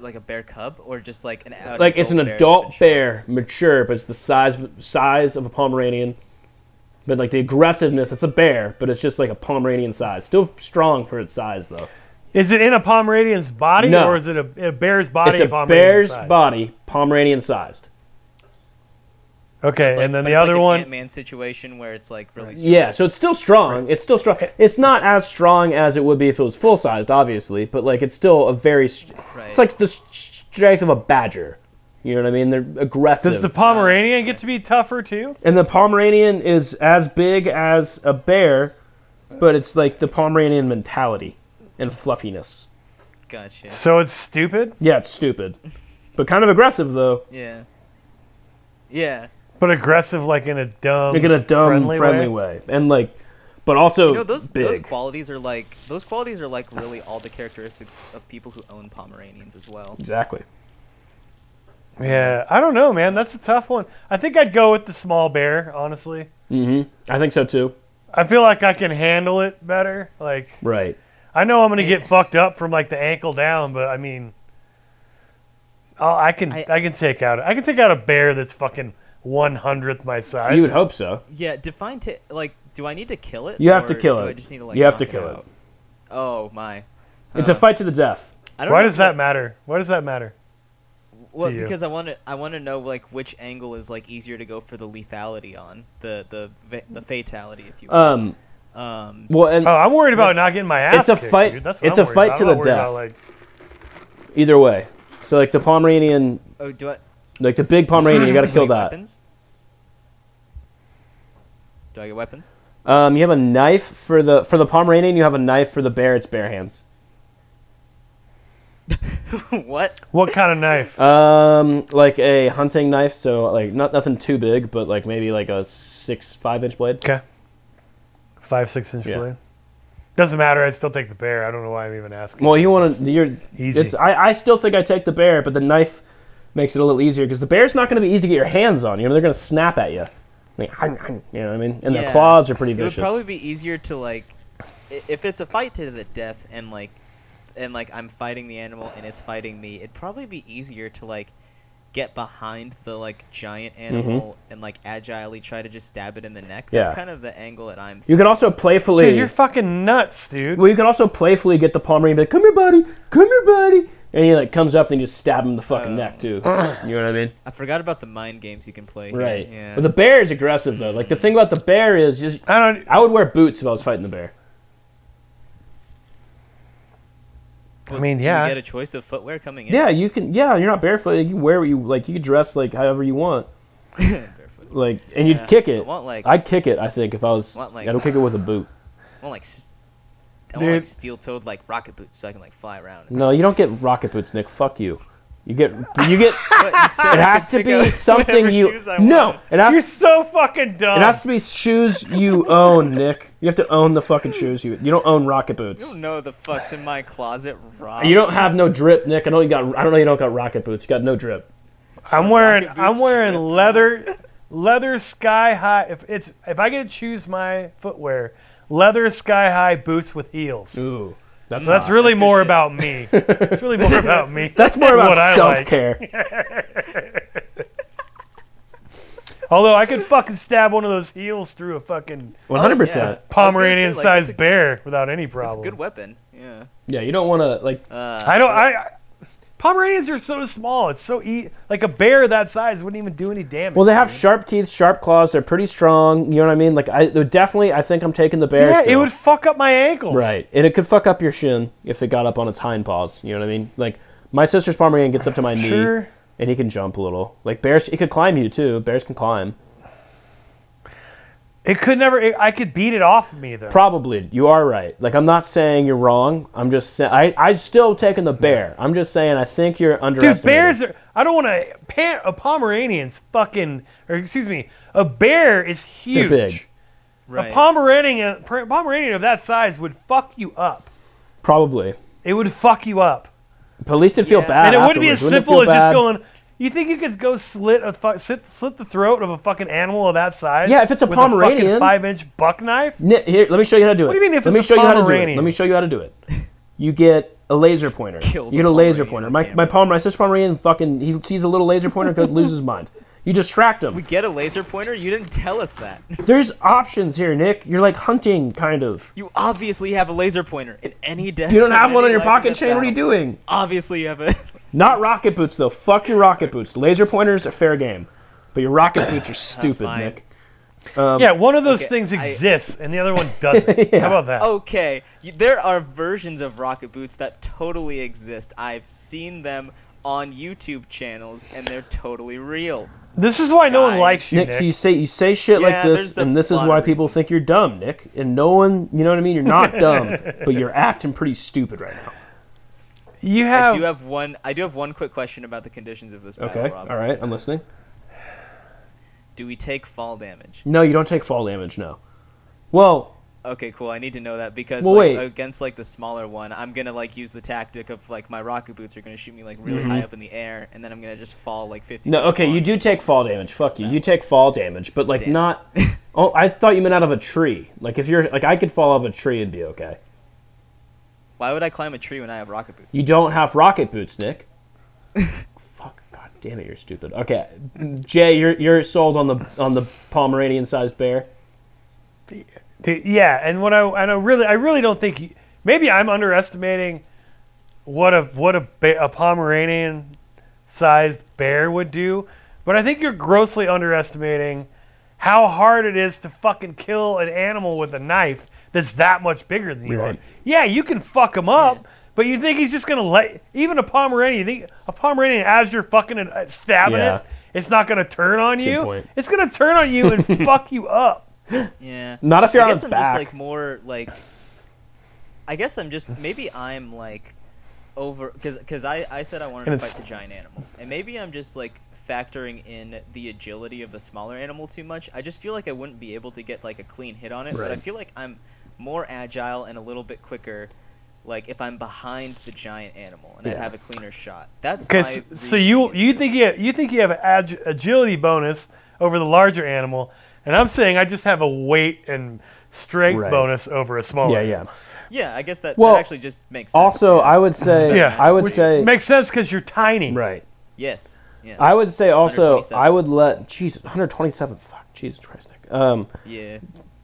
Speaker 3: Like a bear cub, or just like an adult
Speaker 2: Like it's an
Speaker 3: bear
Speaker 2: adult
Speaker 3: that's been
Speaker 2: bear, mature, but it's the size size of a Pomeranian. But like the aggressiveness, it's a bear, but it's just like a Pomeranian size. Still strong for its size though.
Speaker 1: Is it in a Pomeranian's body
Speaker 2: No.
Speaker 1: or is it a, a bear's body?
Speaker 2: it's
Speaker 1: and
Speaker 2: a
Speaker 1: Pomeranian
Speaker 2: bear's
Speaker 1: size?
Speaker 2: body, Pomeranian sized.
Speaker 1: Okay,
Speaker 3: shot. It's like-
Speaker 1: and then
Speaker 3: but
Speaker 1: the
Speaker 3: it's like
Speaker 1: other
Speaker 3: an
Speaker 1: one.
Speaker 3: Ant-Man situation where it's like really. strong.
Speaker 2: Yeah, so it's still strong. It's still strong. It's not as strong as it would be if it was full sized, obviously, but like it's still a very. St-
Speaker 3: Right.
Speaker 2: It's like the s- strength of a badger. You know what I mean? They're aggressive. uh,
Speaker 1: Does the Pomeranian get to be tougher too?
Speaker 2: and the Pomeranian is as big as a bear, but it's like the Pomeranian mentality and fluffiness.
Speaker 3: Gotcha.
Speaker 1: So it's stupid,
Speaker 2: Yeah, it's stupid, but kind of aggressive though.
Speaker 3: Yeah. Yeah.
Speaker 1: but aggressive, like in a dumb,
Speaker 2: Like in a dumb,
Speaker 1: friendly,
Speaker 2: friendly,
Speaker 1: way.
Speaker 2: way. and like, but also
Speaker 3: You know those
Speaker 2: big.
Speaker 3: those qualities are like those qualities are like really all the characteristics of people who own Pomeranians as well.
Speaker 2: exactly.
Speaker 1: Yeah, I don't know, man. That's a tough one. I think I'd go with the small bear, honestly.
Speaker 2: hmm I think so too.
Speaker 1: I feel like I can handle it better. Like
Speaker 2: Right.
Speaker 1: I know I'm gonna get fucked up from like the ankle down, but I mean, I'll, I can I,
Speaker 3: I-
Speaker 1: can take out I can take out a bear that's fucking one hundredth my size.
Speaker 2: You would hope so.
Speaker 1: Uh.
Speaker 3: Yeah, define t- like do I need to kill it?
Speaker 2: You have to
Speaker 3: or
Speaker 2: kill
Speaker 3: do I
Speaker 2: it.
Speaker 3: just need to, like,
Speaker 2: you have
Speaker 3: knock
Speaker 2: to kill it.
Speaker 3: out? Oh my.
Speaker 2: It's a
Speaker 3: Uh,
Speaker 2: fight to the death.
Speaker 3: I don't
Speaker 1: Why
Speaker 3: know
Speaker 1: does that
Speaker 3: what-
Speaker 1: matter? Why does that matter?
Speaker 3: Well,
Speaker 1: to you?
Speaker 3: because I want to, I want to know like which angle is like easier to go for the lethality on the the va- the fatality, if you will.
Speaker 2: Um.
Speaker 3: um,
Speaker 2: Well, and
Speaker 1: Oh, I'm worried about not getting my
Speaker 2: it's
Speaker 1: ass.
Speaker 2: a
Speaker 1: kicked,
Speaker 2: fight-
Speaker 1: Dude. That's what
Speaker 2: it's
Speaker 1: I'm
Speaker 2: a
Speaker 1: worried
Speaker 2: fight
Speaker 1: about.
Speaker 2: to
Speaker 1: I'm not
Speaker 2: the
Speaker 1: worried about,
Speaker 2: death.
Speaker 1: like,
Speaker 2: either way, so like the Pomeranian,
Speaker 3: oh, do I
Speaker 2: like the big Pomeranian, you got
Speaker 3: (coughs)
Speaker 2: to
Speaker 3: do I
Speaker 2: kill
Speaker 3: get
Speaker 2: that.
Speaker 3: Weapons? Do I get weapons? (laughs)
Speaker 2: Um, you have a knife for the for the Pomeranian. You have a knife for the bear. It's bare hands.
Speaker 3: what?
Speaker 1: what kind of knife?
Speaker 2: Um, like a hunting knife. So like not nothing too big, but like maybe like a six five inch blade.
Speaker 1: Okay, five six inch
Speaker 2: Yeah.
Speaker 1: blade. Doesn't matter. I'd still take the bear. I don't know why I'm even asking.
Speaker 2: Well, you want to. You're.
Speaker 1: Easy.
Speaker 2: It's. I, I. still think I take the bear, but the knife makes it a little easier because the bear's not going to be easy to get your hands on. You know, they're going to snap at you. Like, "Hang, hang," you know what I mean? And their
Speaker 3: Yeah.
Speaker 2: claws are pretty
Speaker 3: It would
Speaker 2: vicious.
Speaker 3: probably be easier to like, i- if it's a fight to the death and like, and like I'm fighting the animal and it's fighting me, it'd probably be easier to like get behind the like giant animal and like agilely try to just stab it in the neck. That's
Speaker 2: Mm-hmm. Yeah.
Speaker 3: kind of the angle that I'm.
Speaker 2: you can also playfully.
Speaker 1: dude, you're fucking nuts, dude.
Speaker 2: well, you can also playfully get the Pomeranian. and be Like, come here, buddy. Come here, buddy. And he like comes up and you just stab him in the fucking
Speaker 3: Oh.
Speaker 2: neck
Speaker 3: (clears throat)
Speaker 2: too. You know what I mean?
Speaker 3: I forgot about the mind games you can play. here.
Speaker 2: Right.
Speaker 3: Yeah.
Speaker 2: But the bear is aggressive though. Like the thing about the bear is just
Speaker 1: I don't.
Speaker 2: I would wear boots if I was fighting the bear.
Speaker 1: I mean,
Speaker 3: Do
Speaker 1: yeah.
Speaker 3: we get a choice of footwear coming in?
Speaker 2: Yeah, you can. Yeah, you're not barefoot. You can wear what you like. You can dress like however you want.
Speaker 3: (laughs) Barefoot.
Speaker 2: Like, and you'd
Speaker 3: Yeah.
Speaker 2: kick it.
Speaker 3: I want like I
Speaker 2: I'd kick it. I think if I was,
Speaker 3: Want, like-
Speaker 2: I don't kick it with a boot.
Speaker 3: (laughs) want like s- I want like
Speaker 1: Dude.
Speaker 3: steel-toed like rocket boots so I can like fly around.
Speaker 2: No, you don't get rocket boots, Nick. Fuck you. You get, you get.
Speaker 3: But
Speaker 2: (laughs)
Speaker 3: you said (laughs)
Speaker 2: it
Speaker 3: I could
Speaker 2: has to
Speaker 3: pick
Speaker 2: be
Speaker 3: out
Speaker 2: something
Speaker 3: (laughs) whatever
Speaker 2: you.
Speaker 3: shoes I
Speaker 2: No,
Speaker 3: want.
Speaker 2: it has.
Speaker 1: You're so fucking dumb.
Speaker 2: it has to be shoes you own, Nick. You have to own the fucking shoes you. You don't own rocket boots.
Speaker 3: You don't know the fuck's in my closet, Rob.
Speaker 2: You don't have no drip, Nick. I know you got. I don't know you don't got rocket boots. You got no drip.
Speaker 1: I'm wearing
Speaker 3: Rocket
Speaker 1: I'm
Speaker 3: boots
Speaker 1: wearing
Speaker 3: drip.
Speaker 1: leather leather sky high. If it's if I get to choose my footwear, leather sky high boots with heels. So
Speaker 2: Ooh, that's
Speaker 1: that's
Speaker 2: hot.
Speaker 1: really
Speaker 3: that's good
Speaker 1: more
Speaker 3: shit.
Speaker 1: about me. It's really more about
Speaker 3: (laughs)
Speaker 1: me.
Speaker 2: That's more about
Speaker 1: what I
Speaker 2: self
Speaker 1: like.
Speaker 2: care.
Speaker 3: Oh,
Speaker 1: Although I could fucking stab one of those heels through a fucking
Speaker 2: One hundred percent.
Speaker 3: Oh, I was gonna say,
Speaker 1: Pomeranian
Speaker 3: like,
Speaker 1: sized
Speaker 3: it's a-
Speaker 1: bear without any
Speaker 3: It's a
Speaker 1: problem.
Speaker 3: good weapon. Yeah.
Speaker 2: Yeah, you don't want to like.
Speaker 3: Uh,
Speaker 1: I don't. I, I Pomeranians are so small. It's so e- like a bear that size wouldn't even do any damage.
Speaker 2: Well, they have sharp teeth, sharp claws. They're pretty strong. You know what I mean? Like, I they're definitely, I think I'm taking the bear.
Speaker 1: yeah, it
Speaker 2: still.
Speaker 1: would fuck up my ankles.
Speaker 2: Right, and it could fuck up your shin if it got up on its hind paws. You know what I mean? Like, my sister's Pomeranian gets up to my knee,
Speaker 1: Sure.
Speaker 2: and he can jump a little. Like bears, he could climb you too. Bears can climb.
Speaker 1: It could never. It, I could beat it off me though.
Speaker 2: Probably, you are right. Like, I'm not saying you're wrong. I'm just saying I, I still taking the bear. I'm just saying I think you're underestimating.
Speaker 1: Dude, bears are. I don't want to. Pa- a Pomeranian's fucking. Or excuse me. A bear is
Speaker 2: They're
Speaker 1: huge.
Speaker 2: big.
Speaker 1: A
Speaker 3: right.
Speaker 1: Pomeranian, per- Pomeranian of that size would fuck you up.
Speaker 2: Probably,
Speaker 1: It would fuck you up.
Speaker 2: but at least it'd feel
Speaker 3: Yeah.
Speaker 2: bad.
Speaker 1: And it wouldn't be as
Speaker 2: afterwards. Wouldn't it
Speaker 1: simple as
Speaker 2: feel
Speaker 1: just
Speaker 2: bad?
Speaker 1: going. You think you could go slit a fu- slit, slit the throat of a fucking animal of that size?
Speaker 2: Yeah, if it's a
Speaker 1: with
Speaker 2: Pomeranian.
Speaker 1: five inch buck knife.
Speaker 2: Nick, here, let me show you how to do it.
Speaker 1: do you mean if
Speaker 2: let me
Speaker 1: it's
Speaker 2: show
Speaker 1: a
Speaker 2: you how to do it.
Speaker 1: Pomeranian?
Speaker 2: Let me show you how to do it. You get a laser pointer.
Speaker 3: (laughs) Kills
Speaker 2: you get
Speaker 3: a
Speaker 2: a laser
Speaker 3: Pomeranian
Speaker 2: pointer.
Speaker 3: on
Speaker 2: My
Speaker 3: camera.
Speaker 2: my Pomer, my sister Pomeranian, fucking, he sees a little laser pointer, goes loses
Speaker 3: (laughs)
Speaker 2: his mind. You distract him.
Speaker 3: We get a laser pointer? You didn't tell us that. (laughs)
Speaker 2: There's options here, Nick. You're like hunting, kind of.
Speaker 3: You obviously have a laser pointer in any death. (laughs)
Speaker 2: You don't have
Speaker 3: in
Speaker 2: one on
Speaker 3: any
Speaker 2: your
Speaker 3: life and
Speaker 2: pocket
Speaker 3: death
Speaker 2: chain. What are you
Speaker 3: battle.
Speaker 2: doing?
Speaker 3: Obviously, you have a. (laughs)
Speaker 2: Not rocket boots though. Fuck your rocket boots. Laser pointers are fair game, but your rocket
Speaker 3: (coughs)
Speaker 2: boots are stupid,
Speaker 3: fine.
Speaker 2: Nick. Um,
Speaker 1: yeah, one of those
Speaker 3: okay,
Speaker 1: things
Speaker 3: I- Oh,
Speaker 1: exists and the
Speaker 2: (laughs)
Speaker 1: other one doesn't. How about
Speaker 3: (laughs)
Speaker 1: that?
Speaker 3: okay, you, there are versions of rocket boots that totally exist. I've seen them on YouTube channels, and they're totally real.
Speaker 1: This is why no one
Speaker 3: Guys.
Speaker 1: likes you,
Speaker 2: Nick,
Speaker 1: Nick.
Speaker 2: so you say you say shit like
Speaker 3: Yeah,
Speaker 2: this,
Speaker 3: there's a
Speaker 2: and this is
Speaker 3: lot of
Speaker 2: why people
Speaker 3: reasons.
Speaker 2: think you're dumb, Nick. And no one, you know what I mean? You're
Speaker 3: (laughs)
Speaker 2: not dumb, but you're acting pretty stupid right now.
Speaker 1: You
Speaker 3: I
Speaker 1: have,
Speaker 3: do have one. I do have one quick question about the conditions of this battle,
Speaker 2: Okay,
Speaker 3: Uh, Rob.
Speaker 2: all right, I'm listening.
Speaker 3: Do we take fall damage?
Speaker 2: No, you don't take fall damage. No. Well,
Speaker 3: Okay, cool. I need to know that because
Speaker 2: Well,
Speaker 3: like,
Speaker 2: wait.
Speaker 3: against like the smaller one, I'm gonna like use the tactic of like my rocket boots are gonna shoot me like really high up in the air, and then I'm gonna just fall like 50.
Speaker 2: Mm-hmm. no.
Speaker 3: feet
Speaker 2: Okay, you
Speaker 3: long.
Speaker 2: do take fall damage. Fuck you. You take fall damage, but like
Speaker 3: Damn.
Speaker 2: not. Oh, I thought you meant out of a tree. Like if you're like I could fall off a tree and be okay.
Speaker 3: Why would I climb a tree when I have rocket boots?
Speaker 2: You don't have rocket boots, Nick. Fuck. God damn it, you're stupid. Okay, Jay, you're you're sold on the on the Pomeranian-sized bear.
Speaker 1: yeah, and what I and I really I really don't think you- maybe I'm underestimating what a what a ba- a Pomeranian sized bear would do, but I think you're grossly underestimating how hard it is to fucking kill an animal with a knife that's that much bigger than you.
Speaker 2: Right.
Speaker 1: are. Yeah, you can fuck him up, but you think he's just gonna let even a Pomeranian? You think a Pomeranian as you're fucking uh, stabbing
Speaker 2: Yeah.
Speaker 1: it, it's not gonna turn on you.
Speaker 2: point.
Speaker 1: It's gonna turn on
Speaker 2: (laughs)
Speaker 1: you and fuck you up.
Speaker 3: Yeah.
Speaker 2: Not if you're
Speaker 3: I
Speaker 2: on
Speaker 3: guess
Speaker 2: his
Speaker 3: I'm
Speaker 2: back.
Speaker 3: just like more like. I guess I'm just maybe I'm like over because because I I said I wanted
Speaker 1: And
Speaker 3: to
Speaker 1: it's-
Speaker 3: fight the giant animal, and maybe I'm just like factoring in the agility of the smaller animal too much. I just feel like I wouldn't be able to get like a clean hit on it, but I
Speaker 2: Right.
Speaker 3: feel like I'm more agile and a little bit quicker. Like if I'm behind the giant animal and I'd
Speaker 2: Yeah.
Speaker 3: have a cleaner shot. That's my
Speaker 1: Okay, s- so you
Speaker 3: reasoning.
Speaker 1: you think you have, you think you have an ag- agility bonus over the larger animal, and I'm saying I just have a weight and strength
Speaker 2: Right.
Speaker 1: bonus over a smaller.
Speaker 2: yeah, yeah.
Speaker 3: yeah, I guess that,
Speaker 2: Well,
Speaker 3: that actually just makes sense.
Speaker 2: Also, I would say,
Speaker 1: Yeah,
Speaker 2: I would
Speaker 1: which
Speaker 2: say,
Speaker 1: makes sense because you're tiny.
Speaker 2: right.
Speaker 3: yes, yes,
Speaker 2: I would say also,
Speaker 3: 127.
Speaker 2: I would let Jesus 127. Fuck, Jesus Christ, Nick. Um,
Speaker 3: yeah,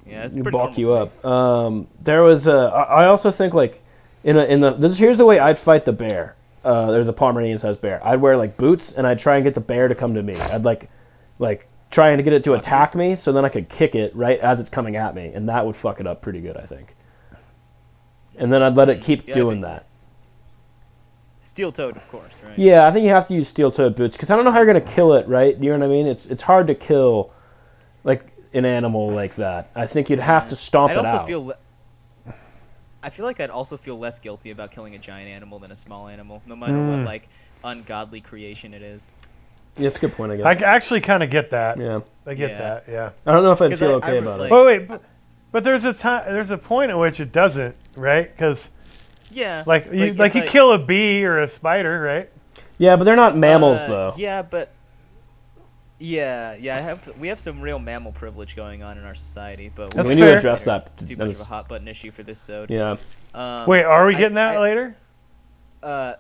Speaker 3: yeah, that's
Speaker 2: you
Speaker 3: pretty
Speaker 2: bulk
Speaker 3: normal.
Speaker 2: you up. Um, there was a. I I also think like in a, in the this here's the way I'd fight the bear. Uh, there's the Pomeranian sized bear. I'd wear like boots and I'd try and get the bear to come to me. I'd like like trying to get it to attack me so then I could kick it right as it's coming at me and that would fuck it up pretty good I think. And then I'd let it keep
Speaker 3: Yeah, I
Speaker 2: doing
Speaker 3: think-
Speaker 2: that.
Speaker 3: Steel toed, of course, right?
Speaker 2: Yeah, I think you have to use steel-toed boots because I don't know how you're gonna kill it, right? You know what I mean? It's it's hard to kill, like an animal like that. I think you'd have to stomp
Speaker 3: I'd
Speaker 2: it
Speaker 3: also
Speaker 2: out.
Speaker 3: feel. Le- I feel like I'd also feel less guilty about killing a giant animal than a small animal, no matter
Speaker 2: Mm.
Speaker 3: what like ungodly creation it is.
Speaker 2: yeah, that's a good point. I guess.
Speaker 1: I c- actually kind of get that.
Speaker 2: yeah,
Speaker 1: I get
Speaker 3: Yeah.
Speaker 1: that. Yeah.
Speaker 2: I don't know if I'd
Speaker 3: 'Cause
Speaker 2: feel
Speaker 3: I- I
Speaker 2: okay
Speaker 3: re-
Speaker 2: about
Speaker 3: like-
Speaker 2: it.
Speaker 1: But wait, but, but there's a time there's a point at which it doesn't, right? Because
Speaker 3: Yeah,
Speaker 1: like you
Speaker 3: if
Speaker 1: like, you
Speaker 3: I-
Speaker 1: kill a bee or a spider, right?
Speaker 2: Yeah, but they're not mammals
Speaker 3: uh,
Speaker 2: though.
Speaker 3: Yeah, but yeah, yeah, I have we have some real mammal privilege going on in our society, but
Speaker 1: That's
Speaker 2: we
Speaker 3: we
Speaker 2: need
Speaker 1: fair.
Speaker 2: to address that.
Speaker 3: It's too
Speaker 2: that
Speaker 3: much
Speaker 2: is-
Speaker 3: of a hot button issue for this sode.
Speaker 2: yeah,
Speaker 3: Um,
Speaker 1: Wait, are we
Speaker 3: I-
Speaker 1: getting that
Speaker 3: I-
Speaker 1: later?
Speaker 3: Uh,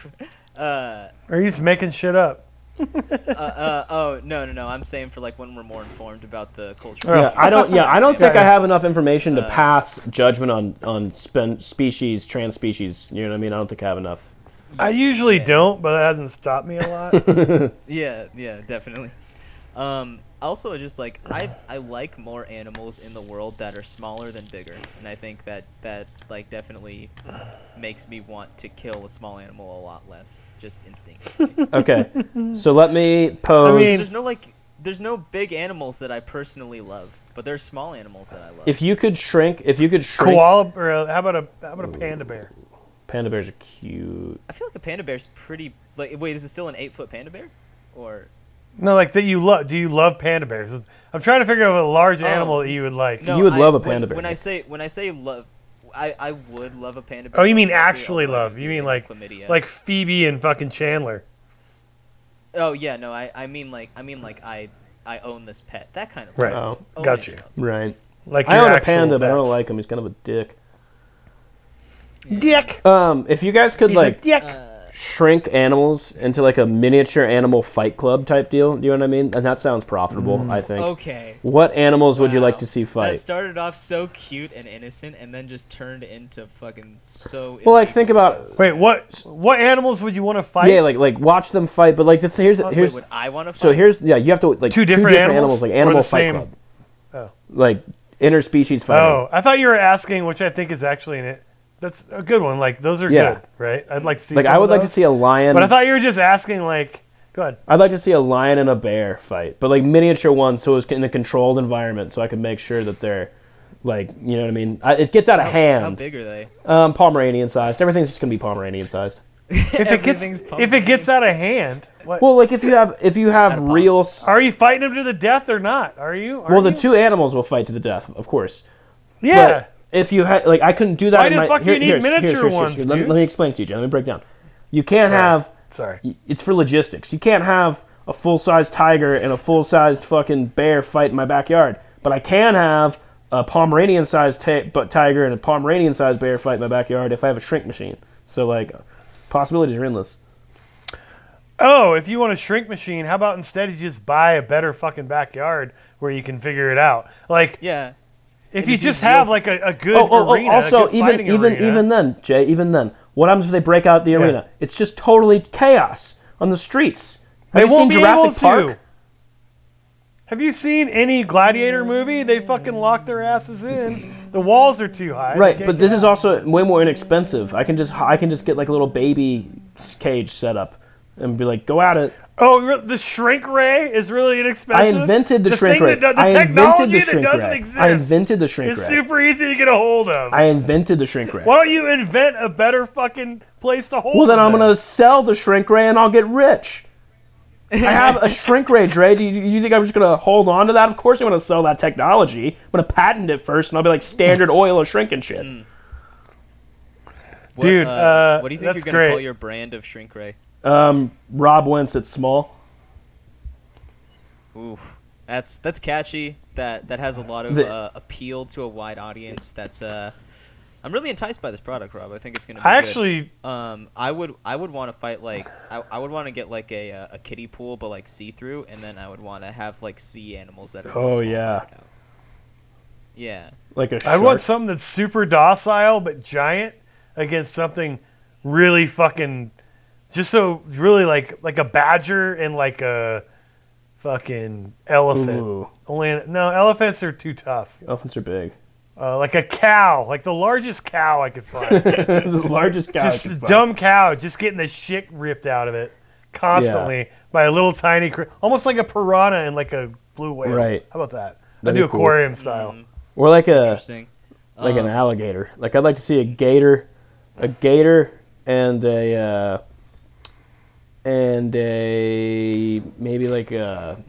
Speaker 3: (laughs) uh,
Speaker 1: Or are you just making shit up?
Speaker 3: uh, uh, oh no, no, no! I'm saying for like when we're more informed about the culture.
Speaker 1: Well,
Speaker 2: yeah. I don't. Yeah, I don't think I have enough information to
Speaker 3: Uh,
Speaker 2: pass judgment on on spen- species, trans species. You know what I mean? I don't think I have enough.
Speaker 1: I usually
Speaker 3: Yeah.
Speaker 1: don't, but that hasn't stopped me a lot.
Speaker 2: (laughs)
Speaker 3: Yeah, yeah, definitely. Um, also, I just like I I like more animals in the world that are smaller than bigger, and I think that that like definitely makes me want to kill a small animal a lot less, just instinct.
Speaker 2: (laughs)
Speaker 1: (laughs)
Speaker 2: Okay, so let me pose.
Speaker 1: mean-
Speaker 3: there's no like, there's no big animals that I personally love, but there's small animals that I love.
Speaker 2: if you could shrink, if you could shrink,
Speaker 1: Koala, or uh, how about a how about a panda bear?
Speaker 2: panda bears are cute.
Speaker 3: I feel like a panda bear's pretty. Like, wait, is it still an eight foot panda bear, or
Speaker 1: No, like that you love. Do you love panda bears? I'm trying to figure out a large
Speaker 3: Oh.
Speaker 1: animal that you would like.
Speaker 3: no?
Speaker 2: You would
Speaker 3: I-
Speaker 2: love a
Speaker 3: when-
Speaker 2: panda bear.
Speaker 3: When I say when I say love, I I would love a panda bear.
Speaker 1: Oh, you mean
Speaker 3: but sadly,
Speaker 1: actually
Speaker 3: I'll probably
Speaker 1: love.
Speaker 3: be
Speaker 1: You mean
Speaker 3: getting
Speaker 1: like
Speaker 3: chlamydia.
Speaker 1: like Phoebe and fucking Chandler.
Speaker 3: Oh yeah, no, I, I mean like I mean like I I own this pet. That kind of
Speaker 1: Right.
Speaker 3: love.
Speaker 2: Oh,
Speaker 3: Own
Speaker 1: got
Speaker 3: it
Speaker 1: you.
Speaker 3: love.
Speaker 2: right.
Speaker 1: Like
Speaker 2: I
Speaker 1: your
Speaker 2: own a
Speaker 1: actual
Speaker 2: panda, but I don't
Speaker 1: pets.
Speaker 2: like him. He's kind of a dick.
Speaker 1: dick.
Speaker 2: Um, if you guys could
Speaker 1: He's a
Speaker 2: like
Speaker 1: dick.
Speaker 3: uh,
Speaker 2: shrink animals into like a miniature animal fight club type deal, do you know what I mean? And that sounds profitable.
Speaker 1: Mm.
Speaker 2: I
Speaker 3: Oh,
Speaker 2: think.
Speaker 3: Okay.
Speaker 2: What animals would you
Speaker 3: Wow.
Speaker 2: like to see
Speaker 3: That
Speaker 2: fight?
Speaker 3: started off so cute and innocent, and then just turned into fucking so.
Speaker 2: Well, like think about
Speaker 1: Wait, what? What animals would you want to fight?
Speaker 2: yeah, like like watch them fight. But like the th- here's
Speaker 3: Wait,
Speaker 2: here's
Speaker 3: would I want to?
Speaker 2: so here's yeah, you have to like
Speaker 1: Two different animals?
Speaker 2: like
Speaker 1: Or
Speaker 2: animal
Speaker 1: the
Speaker 2: fight
Speaker 1: same-
Speaker 2: club.
Speaker 1: Oh.
Speaker 2: Like interspecies fighting.
Speaker 1: oh, I thought you were asking, which I think is actually an That's a good one. Like those are
Speaker 2: Yeah.
Speaker 1: good, right? I'd like to see.
Speaker 2: Like
Speaker 1: some
Speaker 2: I
Speaker 1: of
Speaker 2: would like to
Speaker 1: those.
Speaker 2: see a lion.
Speaker 1: But I thought you were just asking. Like, go
Speaker 3: (laughs)
Speaker 1: ahead.
Speaker 2: I'd like to see a lion and a bear fight, but like miniature ones, so it's in a controlled environment, so I can make sure that they're like you know what I mean. I, it gets out of
Speaker 3: How
Speaker 2: hand.
Speaker 3: big are they?
Speaker 2: Um, Pomeranian sized. Everything's just gonna be Pomeranian sized.
Speaker 1: If it gets
Speaker 3: Everything's
Speaker 1: if it gets out of hand, what?
Speaker 2: Well, like if you have if you have
Speaker 3: Out of pop.
Speaker 2: real. s-
Speaker 1: are you fighting him to the death or not? Are you? Are
Speaker 2: Well, the
Speaker 1: you?
Speaker 2: two animals will fight to the death, of course.
Speaker 1: Yeah.
Speaker 2: But if you had, like, I couldn't do that.
Speaker 1: Why
Speaker 2: in
Speaker 1: the
Speaker 2: my,
Speaker 1: fuck do you need miniature ones,
Speaker 2: Let, me,
Speaker 1: dude?
Speaker 2: let me explain to you, John. Let me break down. You can't
Speaker 1: Sorry.
Speaker 2: have.
Speaker 1: Sorry.
Speaker 2: It's for logistics. You can't have a full sized tiger and a full sized fucking bear fight in my backyard. But I can have a Pomeranian sized ta- but tiger and a Pomeranian sized bear fight in my backyard if I have a shrink machine. So like, possibilities are endless.
Speaker 1: Oh, if you want a shrink machine, how about instead you just buy a better fucking backyard where you can figure it out? Like,
Speaker 3: Yeah.
Speaker 1: if
Speaker 3: It
Speaker 1: you
Speaker 3: just
Speaker 1: just
Speaker 3: uses
Speaker 1: have
Speaker 3: wheels.
Speaker 1: like a, a good
Speaker 2: Oh, oh, oh,
Speaker 1: arena, a
Speaker 2: also
Speaker 1: good
Speaker 2: even
Speaker 1: fighting
Speaker 2: even
Speaker 1: arena.
Speaker 2: even then, Jay, even then, what happens if they break out the arena? It's just totally chaos on the streets. Have
Speaker 1: they
Speaker 2: you
Speaker 1: won't
Speaker 2: seen
Speaker 1: be
Speaker 2: Jurassic
Speaker 1: able
Speaker 2: Park?
Speaker 1: to. Have you seen any gladiator movie? They fucking lock their asses in. The walls are too high.
Speaker 2: Right, but this is also way more inexpensive. I can just I can just get like a little baby s- cage set up and be like, go at it.
Speaker 1: oh, you're- the shrink ray is really
Speaker 2: I
Speaker 1: inexpensive.
Speaker 2: invented the, shrink
Speaker 1: thing
Speaker 2: ray.
Speaker 1: That, do- the
Speaker 2: I
Speaker 1: technology
Speaker 2: invented the
Speaker 1: that
Speaker 2: shrink
Speaker 1: doesn't
Speaker 2: ray.
Speaker 1: exist.
Speaker 2: I invented the shrink
Speaker 1: It's
Speaker 2: ray.
Speaker 1: super easy to get a hold of.
Speaker 2: I invented the shrink ray.
Speaker 1: Why don't you invent a better fucking place to hold?
Speaker 2: Well, then
Speaker 1: them
Speaker 2: I'm
Speaker 1: in?
Speaker 2: gonna sell the shrink ray and I'll get rich. I have a shrink ray, Dre. Do you, you think I'm just gonna hold on to that? Of course, I'm gonna sell that technology. I'm gonna patent it first, and I'll be like
Speaker 1: (laughs)
Speaker 2: Standard Oil of shrinking shit.
Speaker 1: Mm.
Speaker 3: What,
Speaker 1: Dude,
Speaker 3: uh,
Speaker 1: uh,
Speaker 3: what do you think
Speaker 1: that's
Speaker 3: you're gonna call
Speaker 1: great.
Speaker 3: your brand of shrink ray?
Speaker 2: Um, Rob Wentz at small.
Speaker 3: Ooh, that's that's catchy. That that has a lot of
Speaker 2: The-
Speaker 3: uh, appeal to a wide audience. That's uh, I'm really enticed by this product, Rob. I think it's gonna. Be
Speaker 1: I
Speaker 3: good.
Speaker 1: actually
Speaker 3: um, I would I would want to fight like I, I would want to get like a uh, a kiddie pool, but like see through, and then I would want to have like sea animals that are. really
Speaker 2: Oh,
Speaker 3: small
Speaker 2: yeah.
Speaker 3: fight out. Yeah.
Speaker 2: Like a
Speaker 1: I
Speaker 2: shark.
Speaker 1: want something that's super docile but giant against something really fucking just so really like like a badger and like a fucking elephant.
Speaker 2: Ooh,
Speaker 1: Only no elephants are too tough.
Speaker 2: elephants are big.
Speaker 1: Uh, like a cow, like the largest cow
Speaker 2: (laughs)
Speaker 1: I could (laughs) find.
Speaker 2: the largest cow. I
Speaker 1: just
Speaker 2: could
Speaker 1: a
Speaker 2: find.
Speaker 1: dumb cow, just getting the shit ripped out of it constantly by a little tiny, cr- almost like a piranha and like a blue whale.
Speaker 2: Right.
Speaker 1: How about that? I
Speaker 2: That'd
Speaker 1: do
Speaker 2: be cool.
Speaker 1: aquarium style.
Speaker 3: Mm.
Speaker 2: Or like a
Speaker 3: Interesting.
Speaker 2: like an alligator. Like I'd like to see a gator, a gator and a uh, and a maybe like a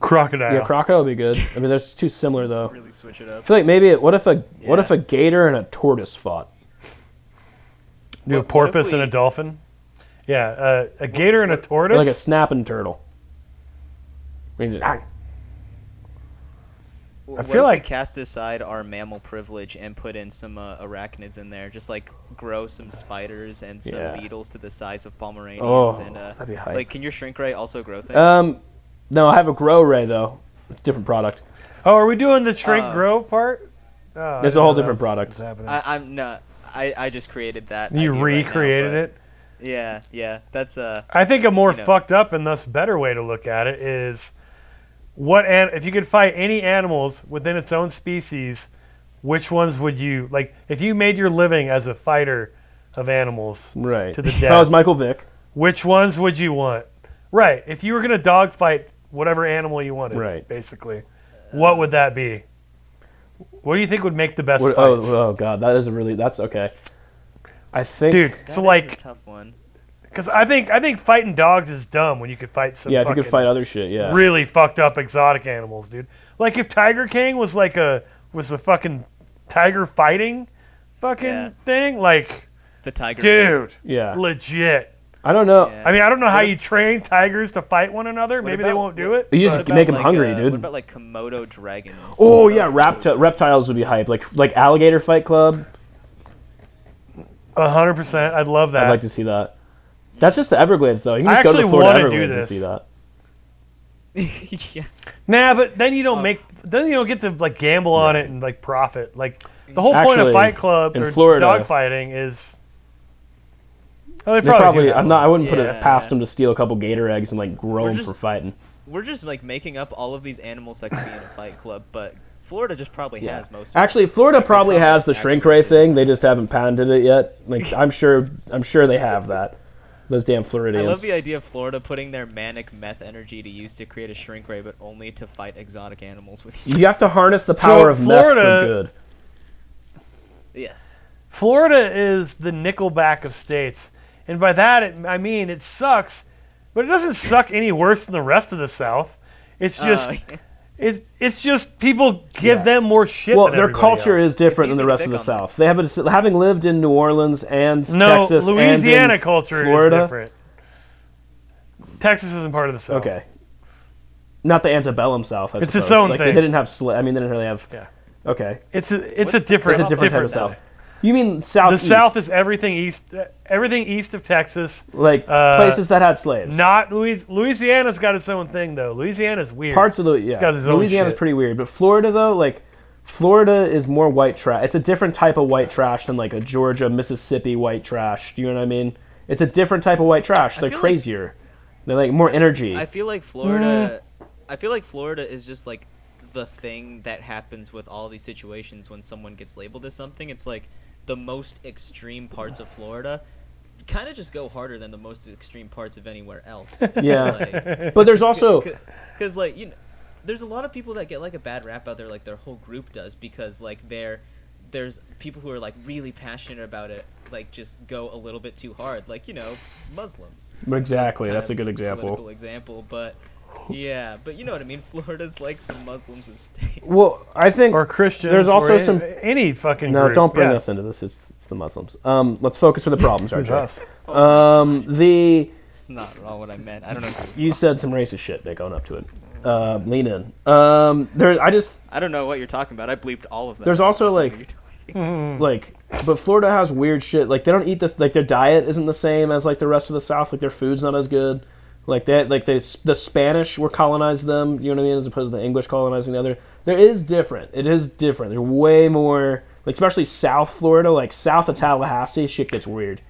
Speaker 1: Crocodile.
Speaker 2: yeah crocodile would be good. I mean, that's too similar though.
Speaker 3: Really switch it up.
Speaker 2: I feel like maybe what if a what
Speaker 3: Yeah.
Speaker 2: if a gator and a tortoise fought?
Speaker 1: Do a
Speaker 3: What- what if
Speaker 1: porpoise and a
Speaker 3: we-
Speaker 1: dolphin? Yeah, uh, a gator and a tortoise.
Speaker 2: Or like a snapping turtle. I mean, just-
Speaker 3: W- what
Speaker 1: feel
Speaker 3: if we
Speaker 1: like-
Speaker 3: cast aside our mammal privilege and put in some uh, arachnids in there, just like grow some spiders and some
Speaker 2: Yeah.
Speaker 3: beetles to the size of Pomeranians.
Speaker 2: Oh,
Speaker 3: and uh,
Speaker 2: that'd be hype.
Speaker 3: like, can your shrink ray also grow things?
Speaker 2: Um, no, I have a grow ray though. Different product.
Speaker 1: oh, are we doing the shrink
Speaker 3: Uh,
Speaker 1: grow part? Oh,
Speaker 2: It's
Speaker 1: I
Speaker 2: a whole
Speaker 1: didn't know
Speaker 2: different
Speaker 1: that was-
Speaker 2: product.
Speaker 1: was happening.
Speaker 3: I, I'm not. I, I just created that.
Speaker 1: you
Speaker 3: idea right now,
Speaker 1: recreated
Speaker 3: but-
Speaker 1: it.
Speaker 3: Yeah, yeah. That's uh.
Speaker 1: I think a more
Speaker 3: you know.
Speaker 1: fucked up and thus better way to look at it is what an- if you could fight any animals within its own species, which ones would you like? If you made your living as a fighter of animals,
Speaker 2: Right.
Speaker 1: To the
Speaker 2: If I
Speaker 1: death.
Speaker 2: was Michael Vick.
Speaker 1: Which ones would you want? Right. If you were going to dogfight whatever animal you wanted,
Speaker 2: Right.
Speaker 1: basically, what would that be? What do you think would make the best
Speaker 2: What-
Speaker 1: fights?
Speaker 2: oh, oh god, that is a really that's okay. I think
Speaker 1: Dude,
Speaker 3: that
Speaker 1: so
Speaker 3: is a
Speaker 1: like,
Speaker 3: tough one.
Speaker 1: because I think I think fighting dogs is dumb when you could fight some
Speaker 2: yeah, if you could
Speaker 1: fucking
Speaker 2: fight other shit, yeah.
Speaker 1: really fucked up exotic animals, dude. Like if Tiger King was like a was a fucking tiger fighting fucking
Speaker 3: Yeah.
Speaker 1: thing, like
Speaker 3: The tiger.
Speaker 1: dude,
Speaker 2: yeah.
Speaker 1: legit.
Speaker 2: I don't know.
Speaker 3: Yeah.
Speaker 1: I mean, I don't know how
Speaker 3: What-
Speaker 1: you train tigers to fight one another.
Speaker 3: What
Speaker 1: Maybe they
Speaker 3: about-
Speaker 1: won't do
Speaker 3: what-
Speaker 1: it.
Speaker 2: You
Speaker 3: What
Speaker 2: just
Speaker 3: about,
Speaker 2: make him
Speaker 3: like,
Speaker 2: hungry,
Speaker 3: uh,
Speaker 2: dude.
Speaker 3: What about like Komodo dragons?
Speaker 2: oh
Speaker 3: What
Speaker 2: yeah,
Speaker 3: about
Speaker 2: rapti- reptiles would be hype. Like like alligator fight club.
Speaker 1: A hundred percent. I'd love that.
Speaker 2: I'd like to see that. That's just the Everglades though. You can
Speaker 1: I
Speaker 2: just go to the
Speaker 1: actually
Speaker 2: Florida
Speaker 1: wanna do
Speaker 2: Everglades and
Speaker 1: this.
Speaker 2: see that.
Speaker 3: Komodo- (laughs) yeah.
Speaker 1: nah, but then you don't make. Then you don't get to like gamble on it and like profit. Like the whole point
Speaker 2: Actually,
Speaker 1: of Fight Club
Speaker 2: in
Speaker 1: or
Speaker 2: Florida-
Speaker 1: dog fighting is. Oh, they
Speaker 2: They probably,
Speaker 1: do that
Speaker 2: I'm not I wouldn't put it
Speaker 3: Yeah.
Speaker 2: past them to steal a couple gator eggs and like grow
Speaker 3: We're
Speaker 2: them
Speaker 3: just-
Speaker 2: for fighting.
Speaker 3: We're just like making up all of these animals that could be in a fight club, but Florida just probably
Speaker 2: Yeah.
Speaker 3: has most. Of
Speaker 2: Actually,
Speaker 3: it.
Speaker 2: Florida
Speaker 3: Like, they
Speaker 2: probably has the
Speaker 3: actually
Speaker 2: shrink ray
Speaker 3: exist.
Speaker 2: thing. They just haven't patented it yet.
Speaker 1: (laughs)
Speaker 2: Like I'm sure, I'm sure they have that. Those damn
Speaker 3: I
Speaker 2: Floridians.
Speaker 3: love the idea of Florida putting their manic meth energy to use to create a shrink ray, but only to fight exotic animals with you.
Speaker 2: you have to harness the power of meth
Speaker 1: Florida-
Speaker 2: for good.
Speaker 3: Yes.
Speaker 1: Florida is the Nickelback of states, and by that it, I mean it sucks, but it doesn't suck any worse than the rest of the South. It's just
Speaker 3: Uh,
Speaker 1: it's it's just people give
Speaker 2: Yeah.
Speaker 1: them more shit.
Speaker 2: Well,
Speaker 1: than
Speaker 2: their
Speaker 1: everybody
Speaker 2: culture
Speaker 1: else.
Speaker 2: is different
Speaker 3: It's
Speaker 2: than the
Speaker 3: easy
Speaker 2: rest of
Speaker 3: to
Speaker 2: the
Speaker 3: pick on them.
Speaker 2: South. They have a, having lived in New Orleans and
Speaker 1: no
Speaker 2: Texas and in
Speaker 1: Louisiana culture
Speaker 2: Florida.
Speaker 1: is different. Texas isn't part of the South.
Speaker 2: Okay. Not the antebellum South. I
Speaker 1: It's
Speaker 2: suppose.
Speaker 1: its own
Speaker 2: like,
Speaker 1: thing.
Speaker 2: They didn't have. Sl- I mean, they didn't really have.
Speaker 1: Yeah.
Speaker 2: Okay.
Speaker 1: it's a, it's
Speaker 3: What's
Speaker 1: a
Speaker 3: the
Speaker 1: different
Speaker 2: It's a different type of
Speaker 3: South.
Speaker 2: South. You mean South?
Speaker 1: The South is everything east, everything east of Texas.
Speaker 2: like
Speaker 1: uh,
Speaker 2: places that had slaves.
Speaker 1: Not Louis, Louisiana's got its own thing though. Louisiana's weird.
Speaker 2: parts of the yeah.
Speaker 1: got its own
Speaker 2: Louisiana's
Speaker 1: shit.
Speaker 2: pretty weird, but Florida though, like Florida is more white trash. It's a different type of white trash than like a Georgia, Mississippi white trash. Do you know what I mean? It's a different type of white trash. They're
Speaker 3: feel like-
Speaker 2: crazier. They're like more energy.
Speaker 3: I feel like Florida. I feel like Florida is just like the thing that happens with all these situations when someone gets labeled as something. It's like the most extreme parts of Florida kind of just go harder than the most extreme parts of anywhere else. (laughs)
Speaker 2: Yeah. but there's also
Speaker 3: because like you know, there's a lot of people that get like a bad rap out there, like their whole group does, because like they're there's people who are like really passionate about it, like just go a little bit too hard, like you know Muslims. It's a
Speaker 2: Exactly,
Speaker 3: kind
Speaker 2: that's
Speaker 3: of
Speaker 2: a good example.
Speaker 3: Political example, but yeah, but you know what I mean. (laughs) Florida's like the Muslims of states.
Speaker 2: well, I think
Speaker 1: or Christians.
Speaker 2: There's also
Speaker 1: or any,
Speaker 2: some-
Speaker 1: any fucking.
Speaker 2: no,
Speaker 1: group.
Speaker 2: don't bring
Speaker 1: yeah.
Speaker 2: us into this. It's, it's the Muslims. Um, let's focus on the problems,
Speaker 1: It's
Speaker 2: RJ.
Speaker 1: us.
Speaker 2: Um, the
Speaker 3: it's not at all what I meant. I don't know.
Speaker 2: you said some racist shit, Nick. Own up to it. Uh, lean in. Um, there, I just
Speaker 3: I don't know what you're talking about. I bleeped all of that.
Speaker 2: There's also,
Speaker 3: That's what
Speaker 2: like-
Speaker 3: you're talking-
Speaker 2: like but Florida has weird shit. Like they don't eat this like their diet isn't the same as like the rest of the South. Like their food's not as good. Like that like they the Spanish were colonized them, you know what I mean, as opposed to the English colonizing the other. There is different. It is different. They're way more like especially South Florida, like south of Tallahassee, shit gets weird.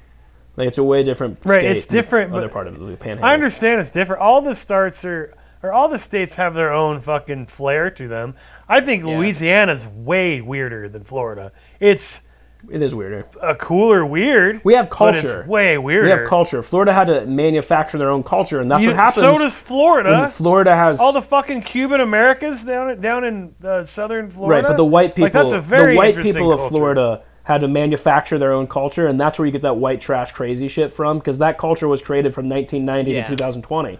Speaker 2: Like it's a way different
Speaker 1: Right,
Speaker 2: state
Speaker 1: it's
Speaker 2: than
Speaker 1: different,
Speaker 2: other
Speaker 1: but
Speaker 2: part of the panhandle.
Speaker 1: I understand it's different. All the starts are, or all the states have their own fucking flair to them. I think
Speaker 3: Yeah.
Speaker 1: Louisiana's way weirder than Florida. It's
Speaker 2: It is weirder.
Speaker 1: a cooler weird.
Speaker 2: We have
Speaker 1: but it's
Speaker 2: culture.
Speaker 1: way weirder.
Speaker 2: We have culture. Florida had to manufacture their own culture and that's
Speaker 1: You-
Speaker 2: what happens.
Speaker 1: So does
Speaker 2: when
Speaker 1: Florida.
Speaker 2: Florida has
Speaker 1: all the fucking Cuban Americans down down in uh, southern Florida.
Speaker 2: Right, but the white people,
Speaker 1: Like, that's a very
Speaker 2: the white
Speaker 1: interesting
Speaker 2: people of
Speaker 1: culture.
Speaker 2: Florida had to manufacture their own culture, and that's where you get that white trash crazy shit from, because that culture was created from 1990
Speaker 3: Yeah.
Speaker 2: to 2020,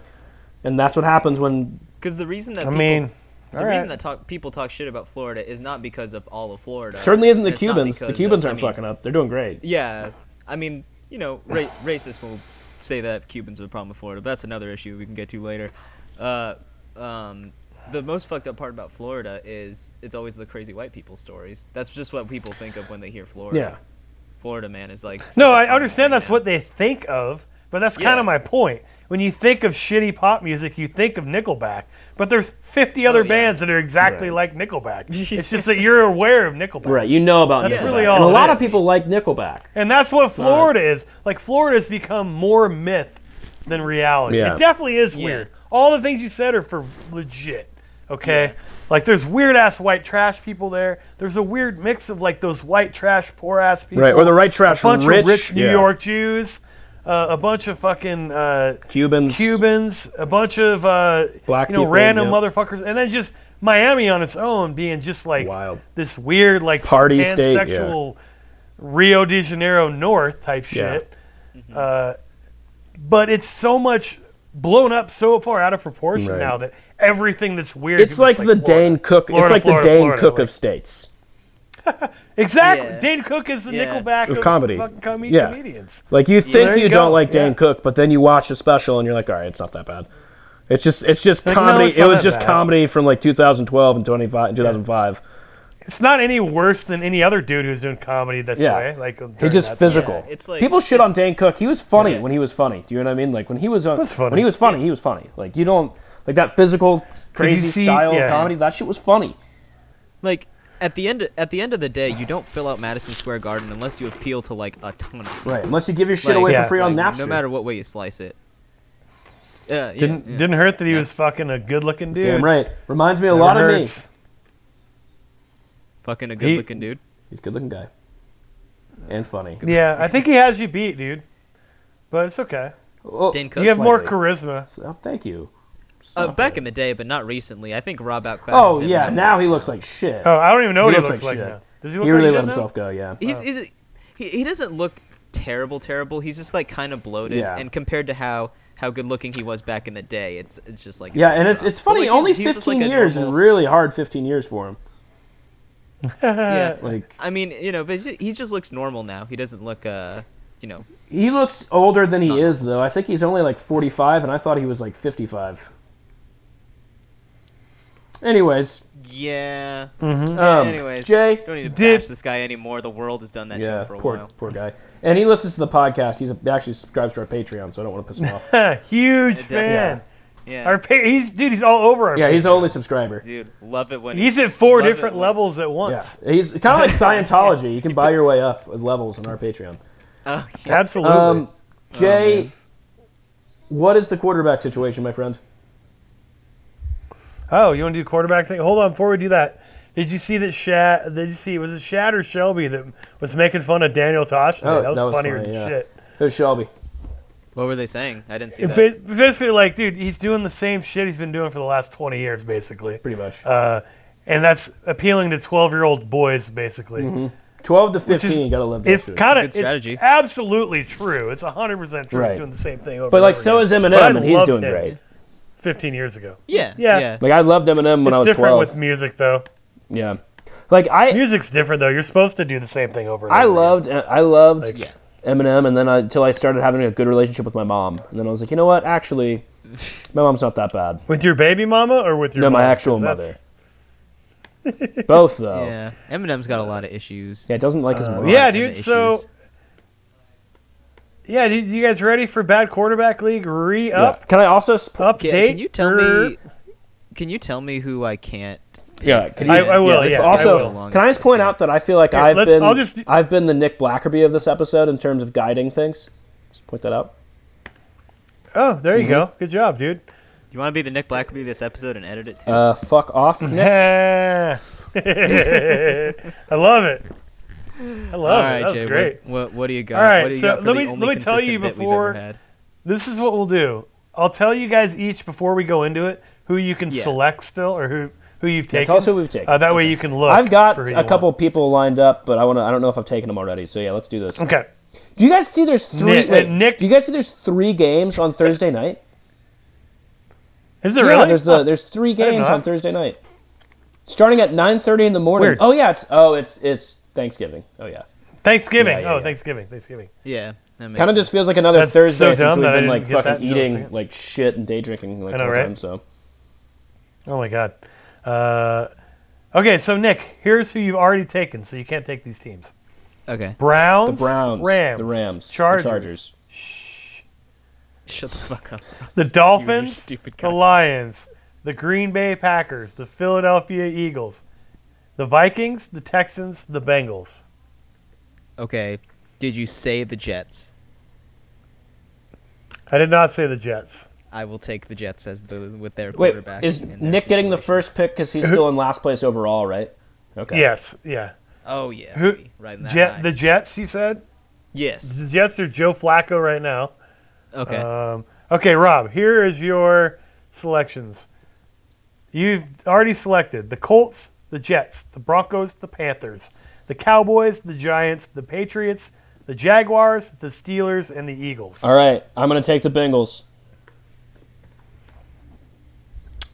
Speaker 2: and that's what happens when
Speaker 3: 'Cause the reason that
Speaker 1: I
Speaker 3: people,
Speaker 1: mean,
Speaker 3: The
Speaker 1: all
Speaker 3: reason
Speaker 1: right.
Speaker 3: that talk, people talk shit about Florida is not because of all of Florida.
Speaker 2: certainly isn't the
Speaker 3: and it's not
Speaker 2: Cubans. The
Speaker 3: because
Speaker 2: Cubans
Speaker 3: of- I
Speaker 2: aren't
Speaker 3: mean,
Speaker 2: fucking up; they're doing great.
Speaker 3: Yeah, I mean, you know, ra- racists will say that Cubans are the problem with Florida. But that's another issue we can get to later. Uh, um, the most fucked up part about Florida is it's always the crazy white people stories. That's just what people think of when they hear Florida.
Speaker 2: Yeah,
Speaker 3: Florida man is like. such
Speaker 1: No,
Speaker 3: a
Speaker 1: I
Speaker 3: fun
Speaker 1: understand
Speaker 3: man.
Speaker 1: that's what they think of, but that's kind
Speaker 3: Yeah.
Speaker 1: of my point. When you think of shitty pop music, you think of Nickelback, but there's 50 other
Speaker 3: yeah.
Speaker 1: bands that are exactly like Nickelback. it's just that you're aware of Nickelback.
Speaker 2: right. You know about
Speaker 1: That's
Speaker 2: Nickelback,
Speaker 1: really
Speaker 2: and
Speaker 1: all
Speaker 2: a
Speaker 1: it
Speaker 2: lot of
Speaker 1: is.
Speaker 2: people like Nickelback.
Speaker 1: And that's what Florida is. Like Florida's become more myth than reality.
Speaker 2: Yeah.
Speaker 1: It definitely is
Speaker 3: Yeah.
Speaker 1: weird. All the things you said are for legit. Okay? Like there's weird ass white trash people there. There's a weird mix of like those white trash poor ass people.
Speaker 2: right trash,
Speaker 1: a bunch of rich New York Jews, uh, a bunch of fucking uh,
Speaker 2: Cubans,
Speaker 1: Cubans, a bunch of uh,
Speaker 2: Black
Speaker 1: you know
Speaker 2: people,
Speaker 1: random
Speaker 2: yeah.
Speaker 1: motherfuckers, and then just Miami on its own being just like
Speaker 2: Wild.
Speaker 1: this weird like
Speaker 2: Party state, yeah.
Speaker 1: pansexual Rio de Janeiro North type
Speaker 2: Yeah.
Speaker 1: shit. Uh, but it's so much blown up so far out of proportion
Speaker 2: Right.
Speaker 1: now that everything that's weird.
Speaker 2: It's
Speaker 1: people
Speaker 2: like,
Speaker 1: just
Speaker 2: the
Speaker 1: Florida.
Speaker 2: Dane Cook.
Speaker 1: Florida,
Speaker 2: it's like
Speaker 1: Florida,
Speaker 2: the Dane
Speaker 1: Florida,
Speaker 2: Cook
Speaker 1: like-
Speaker 2: of states.
Speaker 1: exactly.
Speaker 3: Yeah.
Speaker 1: Dane Cook is the
Speaker 3: Yeah.
Speaker 1: Nickelback
Speaker 2: Of
Speaker 1: of,
Speaker 2: comedy.
Speaker 1: fucking comedy
Speaker 2: Yeah.
Speaker 1: comedians.
Speaker 2: Like you think
Speaker 1: There
Speaker 2: you,
Speaker 1: you
Speaker 2: don't
Speaker 1: go,
Speaker 2: like Dan
Speaker 1: yeah.
Speaker 2: Cook, but then you watch the special and you're like, all right, it's not that bad. It's just it's just
Speaker 1: Like, no,
Speaker 2: comedy.
Speaker 1: it's
Speaker 2: it
Speaker 1: not
Speaker 2: was
Speaker 1: that
Speaker 2: just
Speaker 1: bad.
Speaker 2: comedy from like 2012 and 25, 2005.
Speaker 1: It's not any worse than any other dude who's doing comedy this
Speaker 2: Yeah.
Speaker 1: way. Like
Speaker 2: He's just physical.
Speaker 3: Yeah, it's like-
Speaker 2: people shit on
Speaker 3: it's-
Speaker 2: Dan Cook. He was funny
Speaker 3: Yeah.
Speaker 2: when he was funny. Do you know what I mean? Like when he was on
Speaker 1: was funny.
Speaker 2: when he was funny, he was funny. Like you don't like that physical crazy
Speaker 1: see-
Speaker 2: style
Speaker 1: yeah.
Speaker 2: of comedy. That shit was funny.
Speaker 3: Like at the end at the end of the day, you don't fill out Madison Square Garden unless you appeal to like a ton of people.
Speaker 2: Right. Unless you give your shit
Speaker 3: Like,
Speaker 2: away
Speaker 1: yeah,
Speaker 2: for free on
Speaker 3: Like,
Speaker 2: Napster.
Speaker 3: No matter what way you slice it. Uh, Yeah, yeah,
Speaker 1: Didn't
Speaker 3: yeah.
Speaker 1: didn't hurt that he was fucking a good looking dude.
Speaker 2: Damn right. Reminds me a
Speaker 1: Never
Speaker 2: lot of me.
Speaker 1: hurts.
Speaker 3: Fucking a good looking dude.
Speaker 2: He's a good looking guy. And funny.
Speaker 1: Yeah, I think he has you beat, dude. But it's okay.
Speaker 2: Oh,
Speaker 3: Dane Cook.
Speaker 1: You have more
Speaker 2: Slightly.
Speaker 1: charisma.
Speaker 2: so- thank you.
Speaker 1: Oh.
Speaker 3: Uh,
Speaker 2: Stop
Speaker 3: back
Speaker 2: it.
Speaker 3: in the day, but not recently. I think Rob outclasses
Speaker 2: Oh,
Speaker 3: him
Speaker 2: yeah.
Speaker 3: in that
Speaker 2: Now
Speaker 3: one.
Speaker 2: he looks like shit.
Speaker 1: Oh, I don't even know what he
Speaker 2: looks
Speaker 1: looks
Speaker 2: like
Speaker 1: like
Speaker 2: shit.
Speaker 1: now. Does he look
Speaker 2: he
Speaker 1: like
Speaker 2: really let
Speaker 1: shit now? (laughs)
Speaker 2: himself go, yeah.
Speaker 3: he's, he's he, he doesn't look terrible, terrible. He's just like kind of bloated,
Speaker 2: Yeah.
Speaker 3: and compared to how how good looking he was back in the day, it's it's just like
Speaker 2: Yeah, and it's it's
Speaker 3: But,
Speaker 2: funny.
Speaker 3: like, he's-
Speaker 2: only
Speaker 3: he's just like
Speaker 2: fifteen
Speaker 3: a
Speaker 2: years
Speaker 3: normal-
Speaker 2: is really hard. Fifteen years for him.
Speaker 3: yeah.
Speaker 2: Like
Speaker 3: I mean, you know, but he just looks normal now. He doesn't look uh, you know,
Speaker 2: he looks older than he is, though. I think he's only like forty-five, and I thought he was like fifty-five. Anyways,
Speaker 3: yeah.
Speaker 2: um,
Speaker 3: Anyways,
Speaker 2: Jay,
Speaker 3: don't need to
Speaker 1: Did-
Speaker 3: bash this guy anymore. The world has done that to
Speaker 2: yeah,
Speaker 3: him for a
Speaker 2: poor
Speaker 3: while.
Speaker 2: poor guy, and he listens to the podcast. He's a, he actually subscribes to our Patreon, so I don't want to piss him
Speaker 3: (laughs)
Speaker 2: off.
Speaker 1: Mm-hmm. (laughs) Huge
Speaker 3: Yeah.
Speaker 1: fan.
Speaker 3: Yeah,
Speaker 1: Our pa- he's dude. He's all over. Our
Speaker 2: Yeah, he's
Speaker 1: page.
Speaker 2: the only subscriber.
Speaker 3: dude, love it when
Speaker 1: he's at four
Speaker 3: love it
Speaker 1: different
Speaker 3: when-
Speaker 1: levels at
Speaker 2: Yeah,
Speaker 1: once.
Speaker 2: he's kind
Speaker 3: (laughs)
Speaker 2: of like Scientology. You can buy your way up with levels on our Patreon.
Speaker 3: Oh, yeah.
Speaker 1: Absolutely.
Speaker 2: Um, Jay, what is the quarterback situation, my friend?
Speaker 1: Oh, you want to do quarterback thing? Hold on, before we do that, did you see that Shad? Did you see was it Shad or Shelby that was making fun of Daniel Tosh? today?
Speaker 2: Oh,
Speaker 1: that was,
Speaker 2: that was
Speaker 1: funnier
Speaker 2: funny,
Speaker 1: than
Speaker 2: yeah.
Speaker 1: shit.
Speaker 2: Who's Shelby?
Speaker 3: What were they saying? I didn't see
Speaker 1: It
Speaker 3: that.
Speaker 1: ba- basically, like, dude, he's doing the same shit he's been doing for the last twenty years, basically,
Speaker 2: Pretty much.
Speaker 1: uh, and that's appealing to twelve-year-old boys, basically.
Speaker 2: Mm-hmm. 12 to
Speaker 1: is-
Speaker 2: 15, gotta love that
Speaker 1: It's
Speaker 2: shit.
Speaker 1: kind of
Speaker 3: good
Speaker 1: it's,
Speaker 3: strategy.
Speaker 1: absolutely true. It's hundred percent true.
Speaker 2: Right.
Speaker 1: He's doing the same thing over.
Speaker 2: But
Speaker 1: and
Speaker 2: like,
Speaker 1: over
Speaker 2: so
Speaker 1: again.
Speaker 2: is
Speaker 1: But I
Speaker 2: Eminem, and he's
Speaker 1: loved
Speaker 2: doing
Speaker 1: him
Speaker 2: great.
Speaker 1: Fifteen years ago,
Speaker 3: Yeah,
Speaker 1: Yeah.
Speaker 3: yeah.
Speaker 2: Like, I loved Eminem when
Speaker 1: it's
Speaker 2: I was
Speaker 1: different
Speaker 2: 12.
Speaker 1: with music, though.
Speaker 2: yeah, like I,
Speaker 1: Music's different, though. You're supposed to do the same thing over. And
Speaker 2: I
Speaker 1: over again.
Speaker 2: loved, I loved
Speaker 3: Yeah.
Speaker 2: Eminem, and then I, until I started having a good relationship with my mom, and then I was like, you know what? Actually, my mom's not that
Speaker 1: (laughs)
Speaker 2: bad.
Speaker 1: With your baby mama or with your
Speaker 2: No, my
Speaker 1: mom?
Speaker 2: actual
Speaker 1: 'Cause that's-
Speaker 2: mother. Both though. Yeah.
Speaker 3: Yeah, Eminem's got a lot of issues.
Speaker 2: it doesn't like his mom.
Speaker 1: Uh, Yeah,
Speaker 3: and the
Speaker 1: dude. So,
Speaker 3: issues.
Speaker 1: yeah, dude, you guys ready for Bad Quarterback League re
Speaker 2: Yeah.
Speaker 1: up
Speaker 2: Can I also? Sp-
Speaker 1: update?
Speaker 3: Ca- Can, you tell
Speaker 1: or-
Speaker 3: me? Can you tell me who I can't?
Speaker 2: yeah. Can
Speaker 1: I- I will,
Speaker 2: this
Speaker 1: yeah,
Speaker 2: is
Speaker 1: I
Speaker 2: also,
Speaker 1: will.
Speaker 2: can I just point out that I feel like
Speaker 1: Here,
Speaker 2: I've
Speaker 1: let's-
Speaker 2: been,
Speaker 1: I'll just-
Speaker 2: I've been the Nick Blackerby of this episode in terms of guiding things. Just point that out.
Speaker 1: Oh, there you
Speaker 2: Mm-hmm.
Speaker 1: go. Good job, dude.
Speaker 3: You want to be the Nick Blackerby of this episode and edit it too?
Speaker 2: Uh, fuck off,
Speaker 1: Mm-hmm.
Speaker 2: Nick.
Speaker 1: (laughs) Yeah. I love it. I love it.
Speaker 3: All right,
Speaker 1: Oh, That was
Speaker 3: Jay,
Speaker 1: great.
Speaker 3: What, what, what do you got?
Speaker 1: All right,
Speaker 3: what do you
Speaker 1: so
Speaker 3: got for
Speaker 1: let
Speaker 3: the
Speaker 1: me-
Speaker 3: only
Speaker 1: let me tell you
Speaker 3: consistent bit we've
Speaker 1: before-
Speaker 3: ever had?
Speaker 1: This is what we'll do. I'll tell you guys each before we go into it who you can
Speaker 3: Yeah.
Speaker 1: select still or who who you've
Speaker 2: Yeah,
Speaker 1: taken.
Speaker 2: tell us who we've taken.
Speaker 1: Uh, that way you can look.
Speaker 2: I've got
Speaker 1: for who you
Speaker 2: a
Speaker 1: want.
Speaker 2: couple people lined up, but I want to. I don't know if I've taken them already. So yeah, let's do this.
Speaker 1: Okay.
Speaker 2: Do you guys see there's three?
Speaker 1: Nick- uh,
Speaker 2: wait,
Speaker 1: Nick-
Speaker 2: do you guys see there's three games on Thursday night?
Speaker 1: Is there
Speaker 2: Yeah,
Speaker 1: (laughs) really? Oh,
Speaker 2: there's the there's three games
Speaker 1: know.
Speaker 2: on Thursday night, starting at 9:30 in the morning.
Speaker 1: Weird.
Speaker 2: Oh yeah, it's oh it's it's Thanksgiving. Oh yeah,
Speaker 1: Thanksgiving.
Speaker 2: Yeah, yeah,
Speaker 1: oh,
Speaker 2: yeah.
Speaker 1: Thanksgiving. Thanksgiving.
Speaker 3: Yeah, that makes
Speaker 2: kind of
Speaker 3: sense.
Speaker 2: just feels like another
Speaker 1: That's so
Speaker 2: Thursday
Speaker 1: dumb
Speaker 2: since we've
Speaker 1: that I
Speaker 2: been
Speaker 1: didn't
Speaker 2: like
Speaker 1: get that
Speaker 2: fucking
Speaker 1: until a
Speaker 2: eating
Speaker 1: second.
Speaker 2: like shit and day drinking like
Speaker 1: I know,
Speaker 2: all the
Speaker 1: right?
Speaker 2: time. So
Speaker 1: Oh my god. Uh, okay, so Nick, here's who you've already taken, so you can't take these teams:
Speaker 3: okay.
Speaker 1: Browns,
Speaker 2: the Browns,
Speaker 1: Rams,
Speaker 2: the Rams,
Speaker 1: Chargers,
Speaker 2: the Chargers.
Speaker 3: Shut the fuck up.
Speaker 1: the
Speaker 3: You and your
Speaker 1: Dolphins,
Speaker 3: stupid
Speaker 1: the
Speaker 3: cunt.
Speaker 1: Lions, the Green Bay Packers, the Philadelphia Eagles, the Vikings, the Texans, the Bengals.
Speaker 3: Okay. Did you say the Jets?
Speaker 1: I did not say the Jets.
Speaker 3: I will take the Jets as the with their
Speaker 2: Wait,
Speaker 3: quarterback.
Speaker 2: is
Speaker 3: in their
Speaker 2: Nick getting the
Speaker 3: situation.
Speaker 2: first pick because he's still in last place overall, right? Okay.
Speaker 1: Yes, yeah.
Speaker 3: Oh yeah.
Speaker 1: Who-
Speaker 3: baby, right in that
Speaker 1: Jet,
Speaker 3: high.
Speaker 1: the Jets, you said.
Speaker 3: yes.
Speaker 1: The Jets are Joe Flacco right now.
Speaker 3: Okay.
Speaker 1: Um, okay, Rob, here is your selections. You've already selected the Colts, the Jets, the Broncos, the Panthers, the Cowboys, the Giants, the Patriots, the Jaguars, the Steelers, and the Eagles.
Speaker 2: All right, I'm gonna take the Bengals.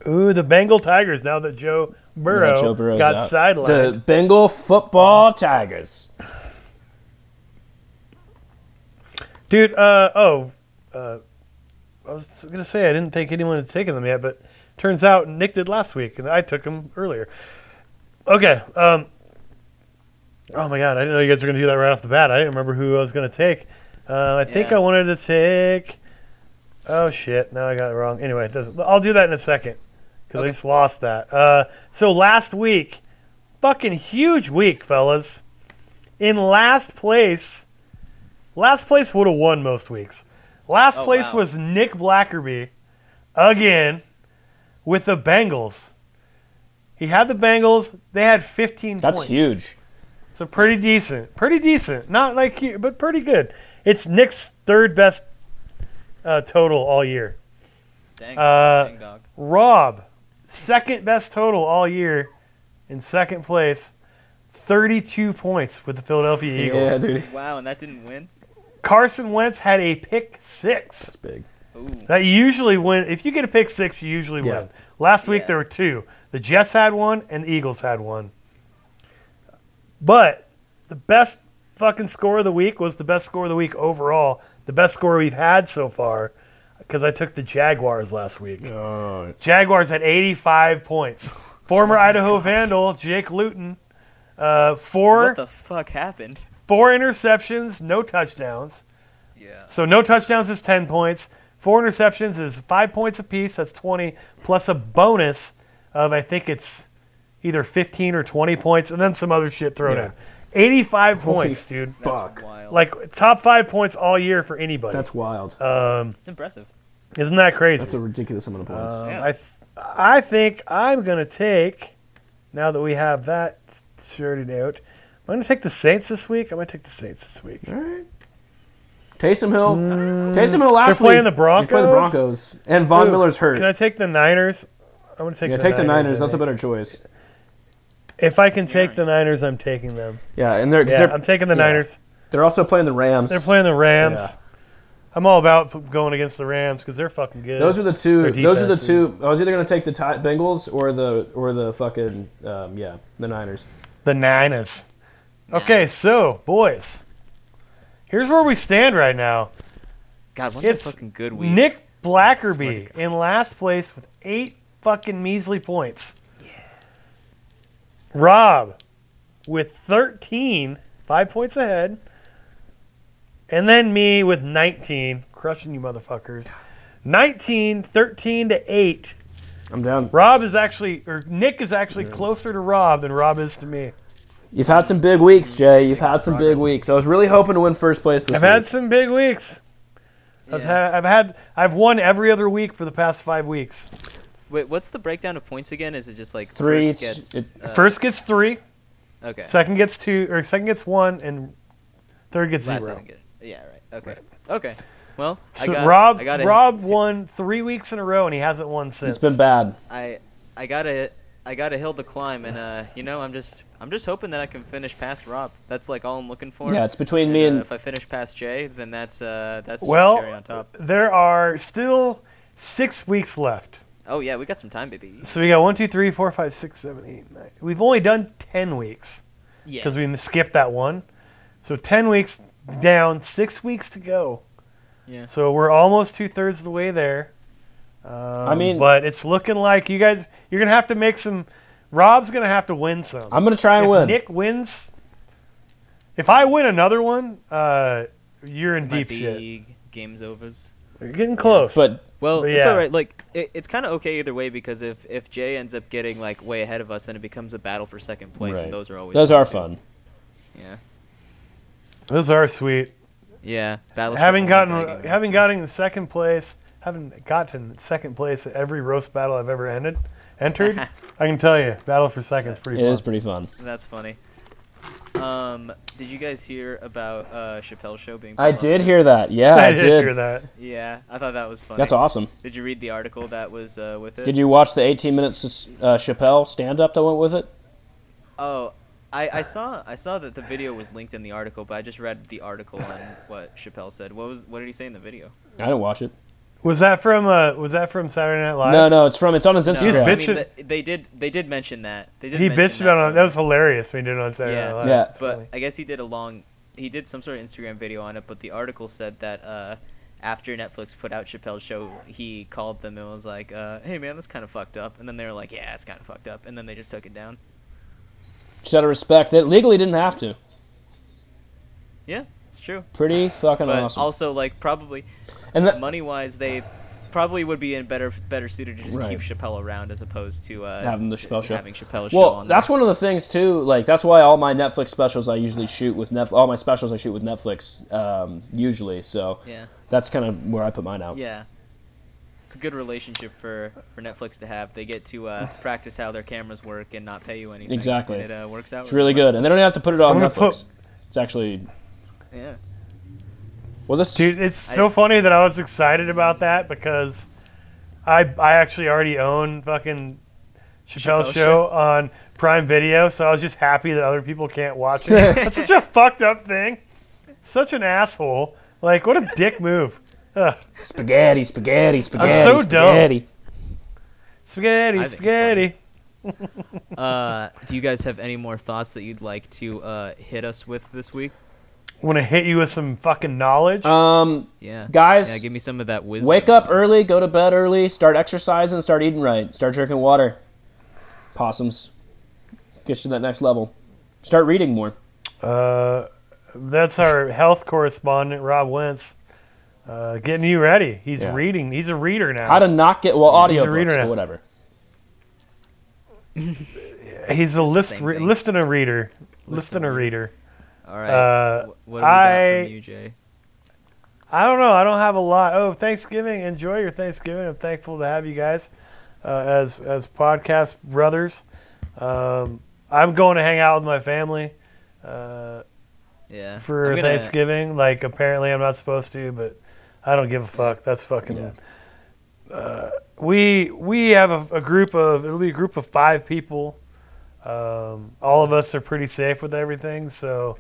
Speaker 1: Ooh, the Bengal Tigers now that Joe Burrow,
Speaker 2: Yeah, Joe Burrow's
Speaker 1: got
Speaker 2: out.
Speaker 1: sidelined.
Speaker 2: The Bengal football Tigers.
Speaker 1: Dude, uh, oh, uh, I was going to say I didn't think anyone had taken them yet, but turns out Nick did last week, and I took him earlier. Okay. Um, oh, my God. I didn't know you guys were going to do that right off the bat. I didn't remember who I was going to take. Uh, I think
Speaker 3: Yeah.
Speaker 1: I wanted to take. Oh, shit. Now I got it wrong. Anyway, it doesn't, I'll do that in a second because I
Speaker 3: Okay.
Speaker 1: just lost that. Uh, so last week, fucking huge week, fellas. In last place. Last place would have won most weeks. Last
Speaker 3: Oh,
Speaker 1: place
Speaker 3: wow.
Speaker 1: was Nick Blackerby again with the Bengals. He had the Bengals. They had 15
Speaker 2: That's
Speaker 1: points.
Speaker 2: huge.
Speaker 1: So pretty decent. Pretty decent. Not like here, but pretty good. It's Nick's third best uh, total all year.
Speaker 3: Dang,
Speaker 1: Uh,
Speaker 3: dang dog.
Speaker 1: Rob, second best total all year in second place. 32 points with the Philadelphia Eagles.
Speaker 2: Yeah, dude.
Speaker 3: Wow, and that didn't win.
Speaker 1: Carson Wentz had a pick six.
Speaker 2: That's big.
Speaker 3: Ooh,
Speaker 1: That usually win. If you get a pick six, you usually
Speaker 2: Yeah.
Speaker 1: win. Last week
Speaker 3: Yeah.
Speaker 1: there were two. The Jets had one, and the Eagles had one. But the best fucking score of the week was the best score of the week overall. The best score we've had so far, because I took the Jaguars last week.
Speaker 2: Oh,
Speaker 1: Jaguars had 85 points. Former Idaho Vandal Jake Luton, uh, four
Speaker 3: what the fuck happened?
Speaker 1: four interceptions, no touchdowns.
Speaker 3: Yeah.
Speaker 1: So no touchdowns is 10 points. Four interceptions is five points apiece. That's 20, plus a bonus of, I think it's either 15 or 20 points, and then some other shit thrown
Speaker 2: Yeah.
Speaker 1: in. 85
Speaker 2: Holy
Speaker 1: points, dude.
Speaker 3: That's
Speaker 2: Fuck.
Speaker 3: wild.
Speaker 1: Like top five points all year for anybody. Um,
Speaker 2: that's wild.
Speaker 3: it's impressive.
Speaker 1: Isn't that crazy?
Speaker 2: that's a ridiculous amount of points.
Speaker 1: Um,
Speaker 3: Yeah.
Speaker 1: I, th- I think I'm going to take, now that we have that sorted out, I'm going to take the Saints this week. I'm going to take the Saints this week.
Speaker 2: All right. Taysom Hill. Taysom Hill last
Speaker 1: Mm. They're playing
Speaker 2: week-
Speaker 1: the Broncos?
Speaker 2: They're playing the Broncos. And Von
Speaker 1: Ooh,
Speaker 2: Miller's hurt.
Speaker 1: Can I take the Niners? I'm going to take
Speaker 2: yeah,
Speaker 1: the
Speaker 2: take the Niners.
Speaker 1: I
Speaker 2: That's a
Speaker 1: think.
Speaker 2: better choice.
Speaker 1: If I can take the Niners, I'm taking them.
Speaker 2: Yeah, and they're, 'cause
Speaker 1: Yeah,
Speaker 2: they're
Speaker 1: I'm taking the
Speaker 2: yeah.
Speaker 1: Niners.
Speaker 2: They're also playing the Rams.
Speaker 1: They're playing the Rams.
Speaker 2: Yeah.
Speaker 1: I'm all about p- going against the Rams because they're fucking good.
Speaker 2: Those are the two.
Speaker 1: Their
Speaker 2: Those are the
Speaker 1: defenses.
Speaker 2: two. I was either gonna take the ti Bengals or the or the fucking um, yeah the Niners.
Speaker 1: the Niners. Okay, so boys, here's where we stand right now.
Speaker 3: God, what
Speaker 1: It's
Speaker 3: a fucking good week.
Speaker 1: Nick
Speaker 3: swear to
Speaker 1: Blackerby in last place with eight fucking measly points. Rob with 13, five points ahead. And then me with 19, crushing you motherfuckers. 19, 13 to 8.
Speaker 2: I'm down.
Speaker 1: Rob is actually, or Nick is actually closer to Rob than Rob is to me.
Speaker 2: You've had some big weeks, Jay. You've had
Speaker 3: it's
Speaker 2: some
Speaker 3: progress.
Speaker 2: big weeks. I was really hoping to win first place this
Speaker 1: I've
Speaker 2: week.
Speaker 1: had some big weeks.
Speaker 3: Yeah.
Speaker 1: I've, had, I've had, I've won every other week for the past five weeks.
Speaker 3: Wait, what's the breakdown of points again? Is it just like
Speaker 2: Three,
Speaker 3: First
Speaker 2: it's-
Speaker 3: gets,
Speaker 2: it-
Speaker 3: uh,
Speaker 1: First gets three,
Speaker 3: Okay.
Speaker 1: second gets two, or second gets one, and third gets
Speaker 3: Last
Speaker 1: zero.
Speaker 3: doesn't get it. Yeah. Right. Okay. Okay. Well, I
Speaker 1: So
Speaker 3: got.
Speaker 1: Rob,
Speaker 3: I got a-
Speaker 1: Rob won three weeks in a row, and he hasn't won since.
Speaker 2: it's been bad.
Speaker 3: I I got a I got a hill to climb, and uh, you know, I'm just I'm just hoping that I can finish past Rob. That's like all I'm looking for.
Speaker 2: Yeah, it's between me
Speaker 3: uh,
Speaker 2: and
Speaker 3: if I finish past Jay, then that's uh that's
Speaker 1: Well-
Speaker 3: just cherry on top.
Speaker 1: There are still six weeks left.
Speaker 3: Oh yeah, we got some time, baby.
Speaker 1: So we got one, two, three, four, five, six, seven, eight, nine. We've only done ten weeks
Speaker 3: Yeah.
Speaker 1: because we skipped that one. So ten weeks down, six weeks to go.
Speaker 3: Yeah.
Speaker 1: So we're almost two thirds of the way there. Um, I
Speaker 2: mean-
Speaker 1: but it's looking like you guys. You're gonna have to make some. Rob's gonna have to win some.
Speaker 2: I'm gonna try and
Speaker 1: if
Speaker 2: win.
Speaker 1: Nick wins, if I win another one, uh, you're in
Speaker 3: Might
Speaker 1: deep
Speaker 3: be
Speaker 1: shit.
Speaker 3: games overs.
Speaker 1: You're getting close.
Speaker 2: but
Speaker 3: Well,
Speaker 1: But
Speaker 3: it's
Speaker 1: yeah.
Speaker 3: all right. Like it, it's kind of okay either way because if if Jay ends up getting like way ahead of us, then it becomes a battle for second place,
Speaker 2: Right.
Speaker 3: and those are always
Speaker 2: those are
Speaker 3: too.
Speaker 2: fun.
Speaker 3: Yeah.
Speaker 1: those are sweet.
Speaker 3: Yeah. Battles. for
Speaker 1: Having
Speaker 3: only
Speaker 1: gotten
Speaker 3: bragging
Speaker 1: having
Speaker 3: rights.
Speaker 1: gotten in second place, haven't gotten second place at every roast battle I've ever ended
Speaker 3: (laughs)
Speaker 1: entered. I can tell you, battle for second is
Speaker 2: It
Speaker 1: pretty fun.
Speaker 2: is pretty fun.
Speaker 3: That's funny. Um, did you guys hear about uh, Chappelle's show being? put
Speaker 2: I
Speaker 3: on
Speaker 2: did
Speaker 3: Netflix?
Speaker 2: hear that. Yeah, I,
Speaker 1: (laughs) I did hear that.
Speaker 3: Yeah, I thought that was funny.
Speaker 2: That's awesome.
Speaker 3: Did you read the article that was uh, with it?
Speaker 2: Did you watch the 18 minutes uh, Chappelle stand up that went with it?
Speaker 3: Oh, I, I saw I saw that the video was linked in the article, but I just read the article on what Chappelle said. What was what did he say in the video?
Speaker 2: I didn't watch it.
Speaker 1: Was that from uh, was that from Saturday Night Live?
Speaker 2: No, no, it's from it's on his
Speaker 1: He's
Speaker 2: Instagram.
Speaker 3: I
Speaker 1: bitching-
Speaker 3: mean, th- they did they did mention that. They did
Speaker 1: He
Speaker 3: mention
Speaker 1: bitched about
Speaker 3: from-
Speaker 1: it. That was hilarious when he did it on Saturday
Speaker 3: Yeah.
Speaker 1: Night Live.
Speaker 2: Yeah.
Speaker 1: It's
Speaker 3: but
Speaker 1: funny.
Speaker 3: I guess he did a long. He did some sort of Instagram video on it, but the article said that uh, after Netflix put out Chappelle's show, he called them and was like, uh, "Hey man, that's kind of fucked up." And then they were like, "Yeah, it's kind of fucked up." And then they just took it down.
Speaker 2: Just out of respect, it legally didn't have to.
Speaker 3: Yeah, it's true.
Speaker 2: Pretty fucking
Speaker 3: But
Speaker 2: awesome.
Speaker 3: also, like, probably
Speaker 2: and that,
Speaker 3: money wise, they probably would be in better better suited to just
Speaker 2: Right.
Speaker 3: keep Chappelle around as opposed to uh,
Speaker 2: Having the Chappelle show.
Speaker 3: having Chappelle's show
Speaker 2: well,
Speaker 3: on.
Speaker 2: that's one of the things too. Like that's why all my Netflix specials I usually shoot with Netflix. All my specials I shoot with Netflix um, usually. So
Speaker 3: there. yeah.
Speaker 2: that's kind of where I put mine out.
Speaker 3: Yeah. it's a good relationship for, for Netflix to have. They get
Speaker 2: (sighs)
Speaker 3: to uh, practice how their cameras work and not pay you anything.
Speaker 2: Exactly.
Speaker 3: And it uh, works out.
Speaker 2: It's really good, and they don't have to put it on
Speaker 1: I'm gonna
Speaker 2: Netflix.
Speaker 1: put-
Speaker 2: It's actually
Speaker 3: good. Yeah.
Speaker 2: well, this
Speaker 1: Dude, it's so
Speaker 3: I-
Speaker 1: funny that I was excited about that because I I actually already own fucking Chappelle's
Speaker 3: Chappelle's
Speaker 1: show on Prime Video, so I was just happy that other people can't watch it.
Speaker 2: (laughs)
Speaker 1: That's such a fucked up thing. Such an asshole. Like what a dick move. Ugh.
Speaker 2: spaghetti, spaghetti, spaghetti,
Speaker 1: so dumb.
Speaker 2: spaghetti.
Speaker 1: Spaghetti,
Speaker 3: I think it's
Speaker 1: spaghetti.
Speaker 3: Uh, do you guys have any more thoughts that you'd like to uh, hit us with this week?
Speaker 1: Want to hit you with some fucking knowledge?
Speaker 2: Um,
Speaker 3: Yeah.
Speaker 2: Guys,
Speaker 3: Yeah, give me some of that wisdom.
Speaker 2: wake up early, go to bed early, start exercising, start eating right, start drinking water. Possums, get you to that next level. Start reading more.
Speaker 1: Uh, that's our health correspondent, Rob Wentz. Uh, getting you ready. He's
Speaker 2: Yeah.
Speaker 1: reading. He's a reader now.
Speaker 2: How to not get well,
Speaker 1: he's a reader
Speaker 2: audiobooks
Speaker 1: now.
Speaker 2: or whatever.
Speaker 1: He's a list
Speaker 3: Same
Speaker 1: re-
Speaker 3: thing.
Speaker 1: listener reader.
Speaker 3: Listener
Speaker 1: Listener reader.
Speaker 3: All right.
Speaker 1: Uh,
Speaker 3: Wh- what do we got
Speaker 1: I-
Speaker 3: from you, Jay?
Speaker 1: I don't know. I don't have a lot. Oh, Thanksgiving. Enjoy your Thanksgiving. I'm thankful to have you guys uh, as as podcast brothers. Um, I'm going to hang out with my family uh,
Speaker 3: Yeah.
Speaker 1: for
Speaker 3: I'm gonna-
Speaker 1: Thanksgiving. Like apparently I'm not supposed to, but I don't give a fuck. That's fucking. uh,
Speaker 2: Yeah.
Speaker 1: we we have a, a group of it'll be a group of five people. Um, all of us are pretty safe with everything, so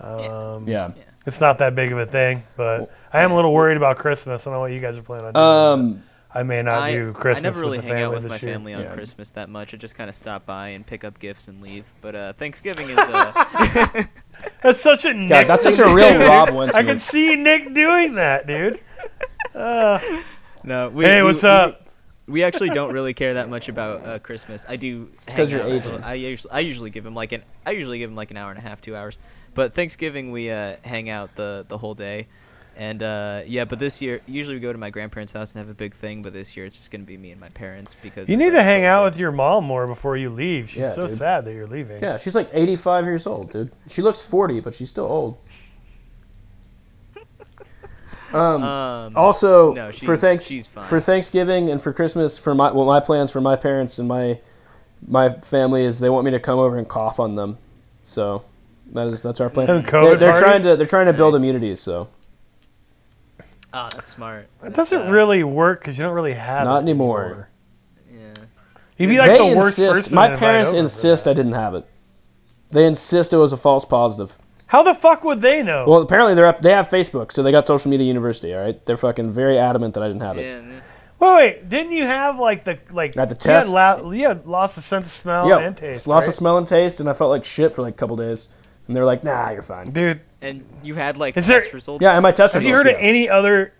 Speaker 1: um,
Speaker 2: Yeah.
Speaker 1: it's not that big of a thing. But I am a little worried about Christmas. I don't know what you guys are planning on. Doing.
Speaker 2: Um,
Speaker 1: I may not
Speaker 3: Uh, I,
Speaker 1: do Christmas.
Speaker 3: I never really
Speaker 1: with the
Speaker 3: hang out
Speaker 1: family
Speaker 3: with
Speaker 1: this
Speaker 3: my
Speaker 1: year.
Speaker 3: family on
Speaker 2: Yeah.
Speaker 3: Christmas that much. I just kind of stop by and pick up gifts and leave. But uh,
Speaker 1: (laughs)
Speaker 3: Thanksgiving is. Uh,
Speaker 1: That's such a Nick.
Speaker 2: God, that's such a real
Speaker 3: (laughs)
Speaker 2: Rob Wentz.
Speaker 1: (laughs) I can
Speaker 2: move.
Speaker 1: see Nick doing that, dude. Uh,
Speaker 3: no. We,
Speaker 1: hey,
Speaker 3: we-
Speaker 1: what's
Speaker 3: we-
Speaker 1: up?
Speaker 3: We actually don't really care that much about uh, Christmas. I do. hang
Speaker 2: 'cause you're
Speaker 3: out a little-
Speaker 2: Asian.
Speaker 3: I usually, I usually give him like an I usually give him like an hour and a half, two hours. But Thanksgiving we uh, hang out the the whole day, and uh, yeah. But this year, usually we go to my grandparents' house and have a big thing. But this year, it's just gonna be me and my parents because
Speaker 1: You
Speaker 3: of,
Speaker 1: need to
Speaker 3: like,
Speaker 1: hang
Speaker 3: COVID.
Speaker 1: out with your mom more before you leave. She's
Speaker 2: Yeah,
Speaker 1: so
Speaker 2: dude.
Speaker 1: sad that you're leaving.
Speaker 2: Yeah, she's like 85 years old, dude. She looks 40, but she's still old. Um,
Speaker 3: Um,
Speaker 2: also,
Speaker 3: no,
Speaker 2: for
Speaker 3: she's-
Speaker 2: thanks
Speaker 3: she's fine.
Speaker 2: for Thanksgiving and for Christmas, for my well, my plans for my parents and my my family is they want me to come over and cough on them. So that is that's our plan.
Speaker 1: Having
Speaker 2: They're,
Speaker 1: COVID
Speaker 2: they're trying
Speaker 1: parties?
Speaker 2: to they're trying to build
Speaker 3: Nice.
Speaker 2: immunity, so
Speaker 3: Ah, that's smart.
Speaker 1: It
Speaker 3: That's,
Speaker 1: doesn't
Speaker 3: uh,
Speaker 1: really work because you don't really have
Speaker 2: Not
Speaker 1: it
Speaker 2: anymore.
Speaker 3: Yeah.
Speaker 1: You'd be like
Speaker 2: they
Speaker 1: the worst
Speaker 2: insist.
Speaker 1: person.
Speaker 2: my
Speaker 1: to invite
Speaker 2: parents
Speaker 1: over for
Speaker 2: insist
Speaker 1: that.
Speaker 2: I didn't have it. They insist it was a false positive.
Speaker 1: How the fuck would they know?
Speaker 2: Well, apparently they're up. They have Facebook, so they got social media university. All right, they're fucking very adamant that I didn't have it.
Speaker 3: Yeah. yeah.
Speaker 1: Wait, wait, didn't you have like the like?
Speaker 2: At the
Speaker 1: you had
Speaker 2: test?
Speaker 1: la- You had lost the sense of smell
Speaker 2: Yeah,
Speaker 1: and taste.
Speaker 2: it's lost
Speaker 1: right?
Speaker 2: of smell and taste, and I felt like shit for like a couple days. And they're like, "Nah, you're fine."
Speaker 1: Dude,
Speaker 3: And you had like
Speaker 1: Is there-
Speaker 3: test results.
Speaker 2: Yeah, and my test
Speaker 1: have you
Speaker 2: results,
Speaker 1: heard of
Speaker 2: yeah.
Speaker 1: any other?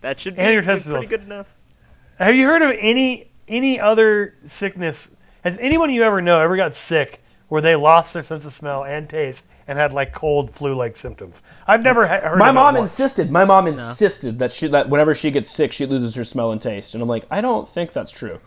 Speaker 3: that should be
Speaker 1: and your test
Speaker 3: pretty
Speaker 1: results.
Speaker 3: good enough.
Speaker 1: Have you heard of any any other sickness? Has anyone you ever know ever got sick where they lost their sense of smell and taste and had like cold flu-like symptoms? I've never ha- heard.
Speaker 2: My
Speaker 1: of it
Speaker 2: mom
Speaker 1: once.
Speaker 2: insisted. My mom insisted that she that whenever she gets sick, she loses her smell and taste. And I'm like, I don't think that's true.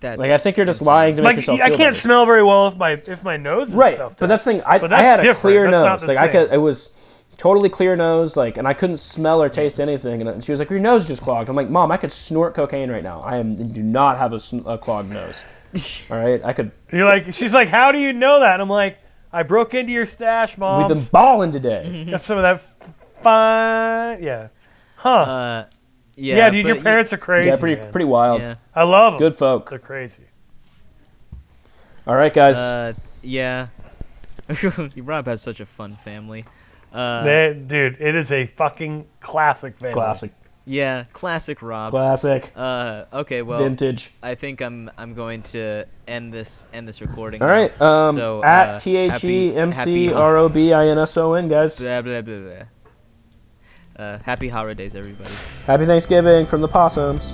Speaker 3: That's
Speaker 2: Like, I think you're just
Speaker 3: insane.
Speaker 2: lying to make
Speaker 1: Like
Speaker 2: yourself
Speaker 1: I
Speaker 2: feel
Speaker 1: can't
Speaker 2: better.
Speaker 1: smell very well if my if my nose is
Speaker 2: right,
Speaker 1: stuffed
Speaker 2: but
Speaker 1: up.
Speaker 2: that's the thing. I,
Speaker 1: But
Speaker 2: I
Speaker 1: that's
Speaker 2: had a
Speaker 1: different.
Speaker 2: clear
Speaker 1: That's not
Speaker 2: nose.
Speaker 1: the
Speaker 2: Like I
Speaker 1: same.
Speaker 2: could, it was totally clear nose. Like, and I couldn't smell or taste anything. And, and she was like, "Your nose just clogged." I'm like, "Mom, I could snort cocaine right now. I am do not have a, sn- a clogged nose. All right, I could.
Speaker 1: You're like, she's like, how do you know that? And I'm like, I broke into your stash, mom.
Speaker 2: We've been balling
Speaker 3: Mm-hmm.
Speaker 2: today.
Speaker 1: Got some of that f- fine, yeah, huh?
Speaker 3: Uh, yeah.
Speaker 1: yeah, dude,
Speaker 3: but
Speaker 1: your
Speaker 3: you-
Speaker 1: parents are crazy.
Speaker 2: yeah, pretty
Speaker 1: man.
Speaker 2: pretty wild.
Speaker 3: Yeah.
Speaker 1: I love them.
Speaker 2: Good folk.
Speaker 1: They're crazy.
Speaker 2: All right, guys.
Speaker 3: Uh, yeah. (laughs) Rob has such a fun family. Uh,
Speaker 1: they, dude, it is a fucking classic family.
Speaker 2: classic,
Speaker 3: yeah, classic Rob.
Speaker 2: classic,
Speaker 3: uh, okay, well,
Speaker 2: vintage.
Speaker 3: I think I'm I'm going to end this end this recording.
Speaker 2: All
Speaker 3: now.
Speaker 2: right. Um,
Speaker 3: So, uh,
Speaker 2: at T H
Speaker 3: happy-
Speaker 2: E M
Speaker 3: happy
Speaker 2: C R O B I N S O N, guys.
Speaker 3: Blah blah blah blah. Uh, happy holidays, everybody.
Speaker 2: Happy Thanksgiving from the possums.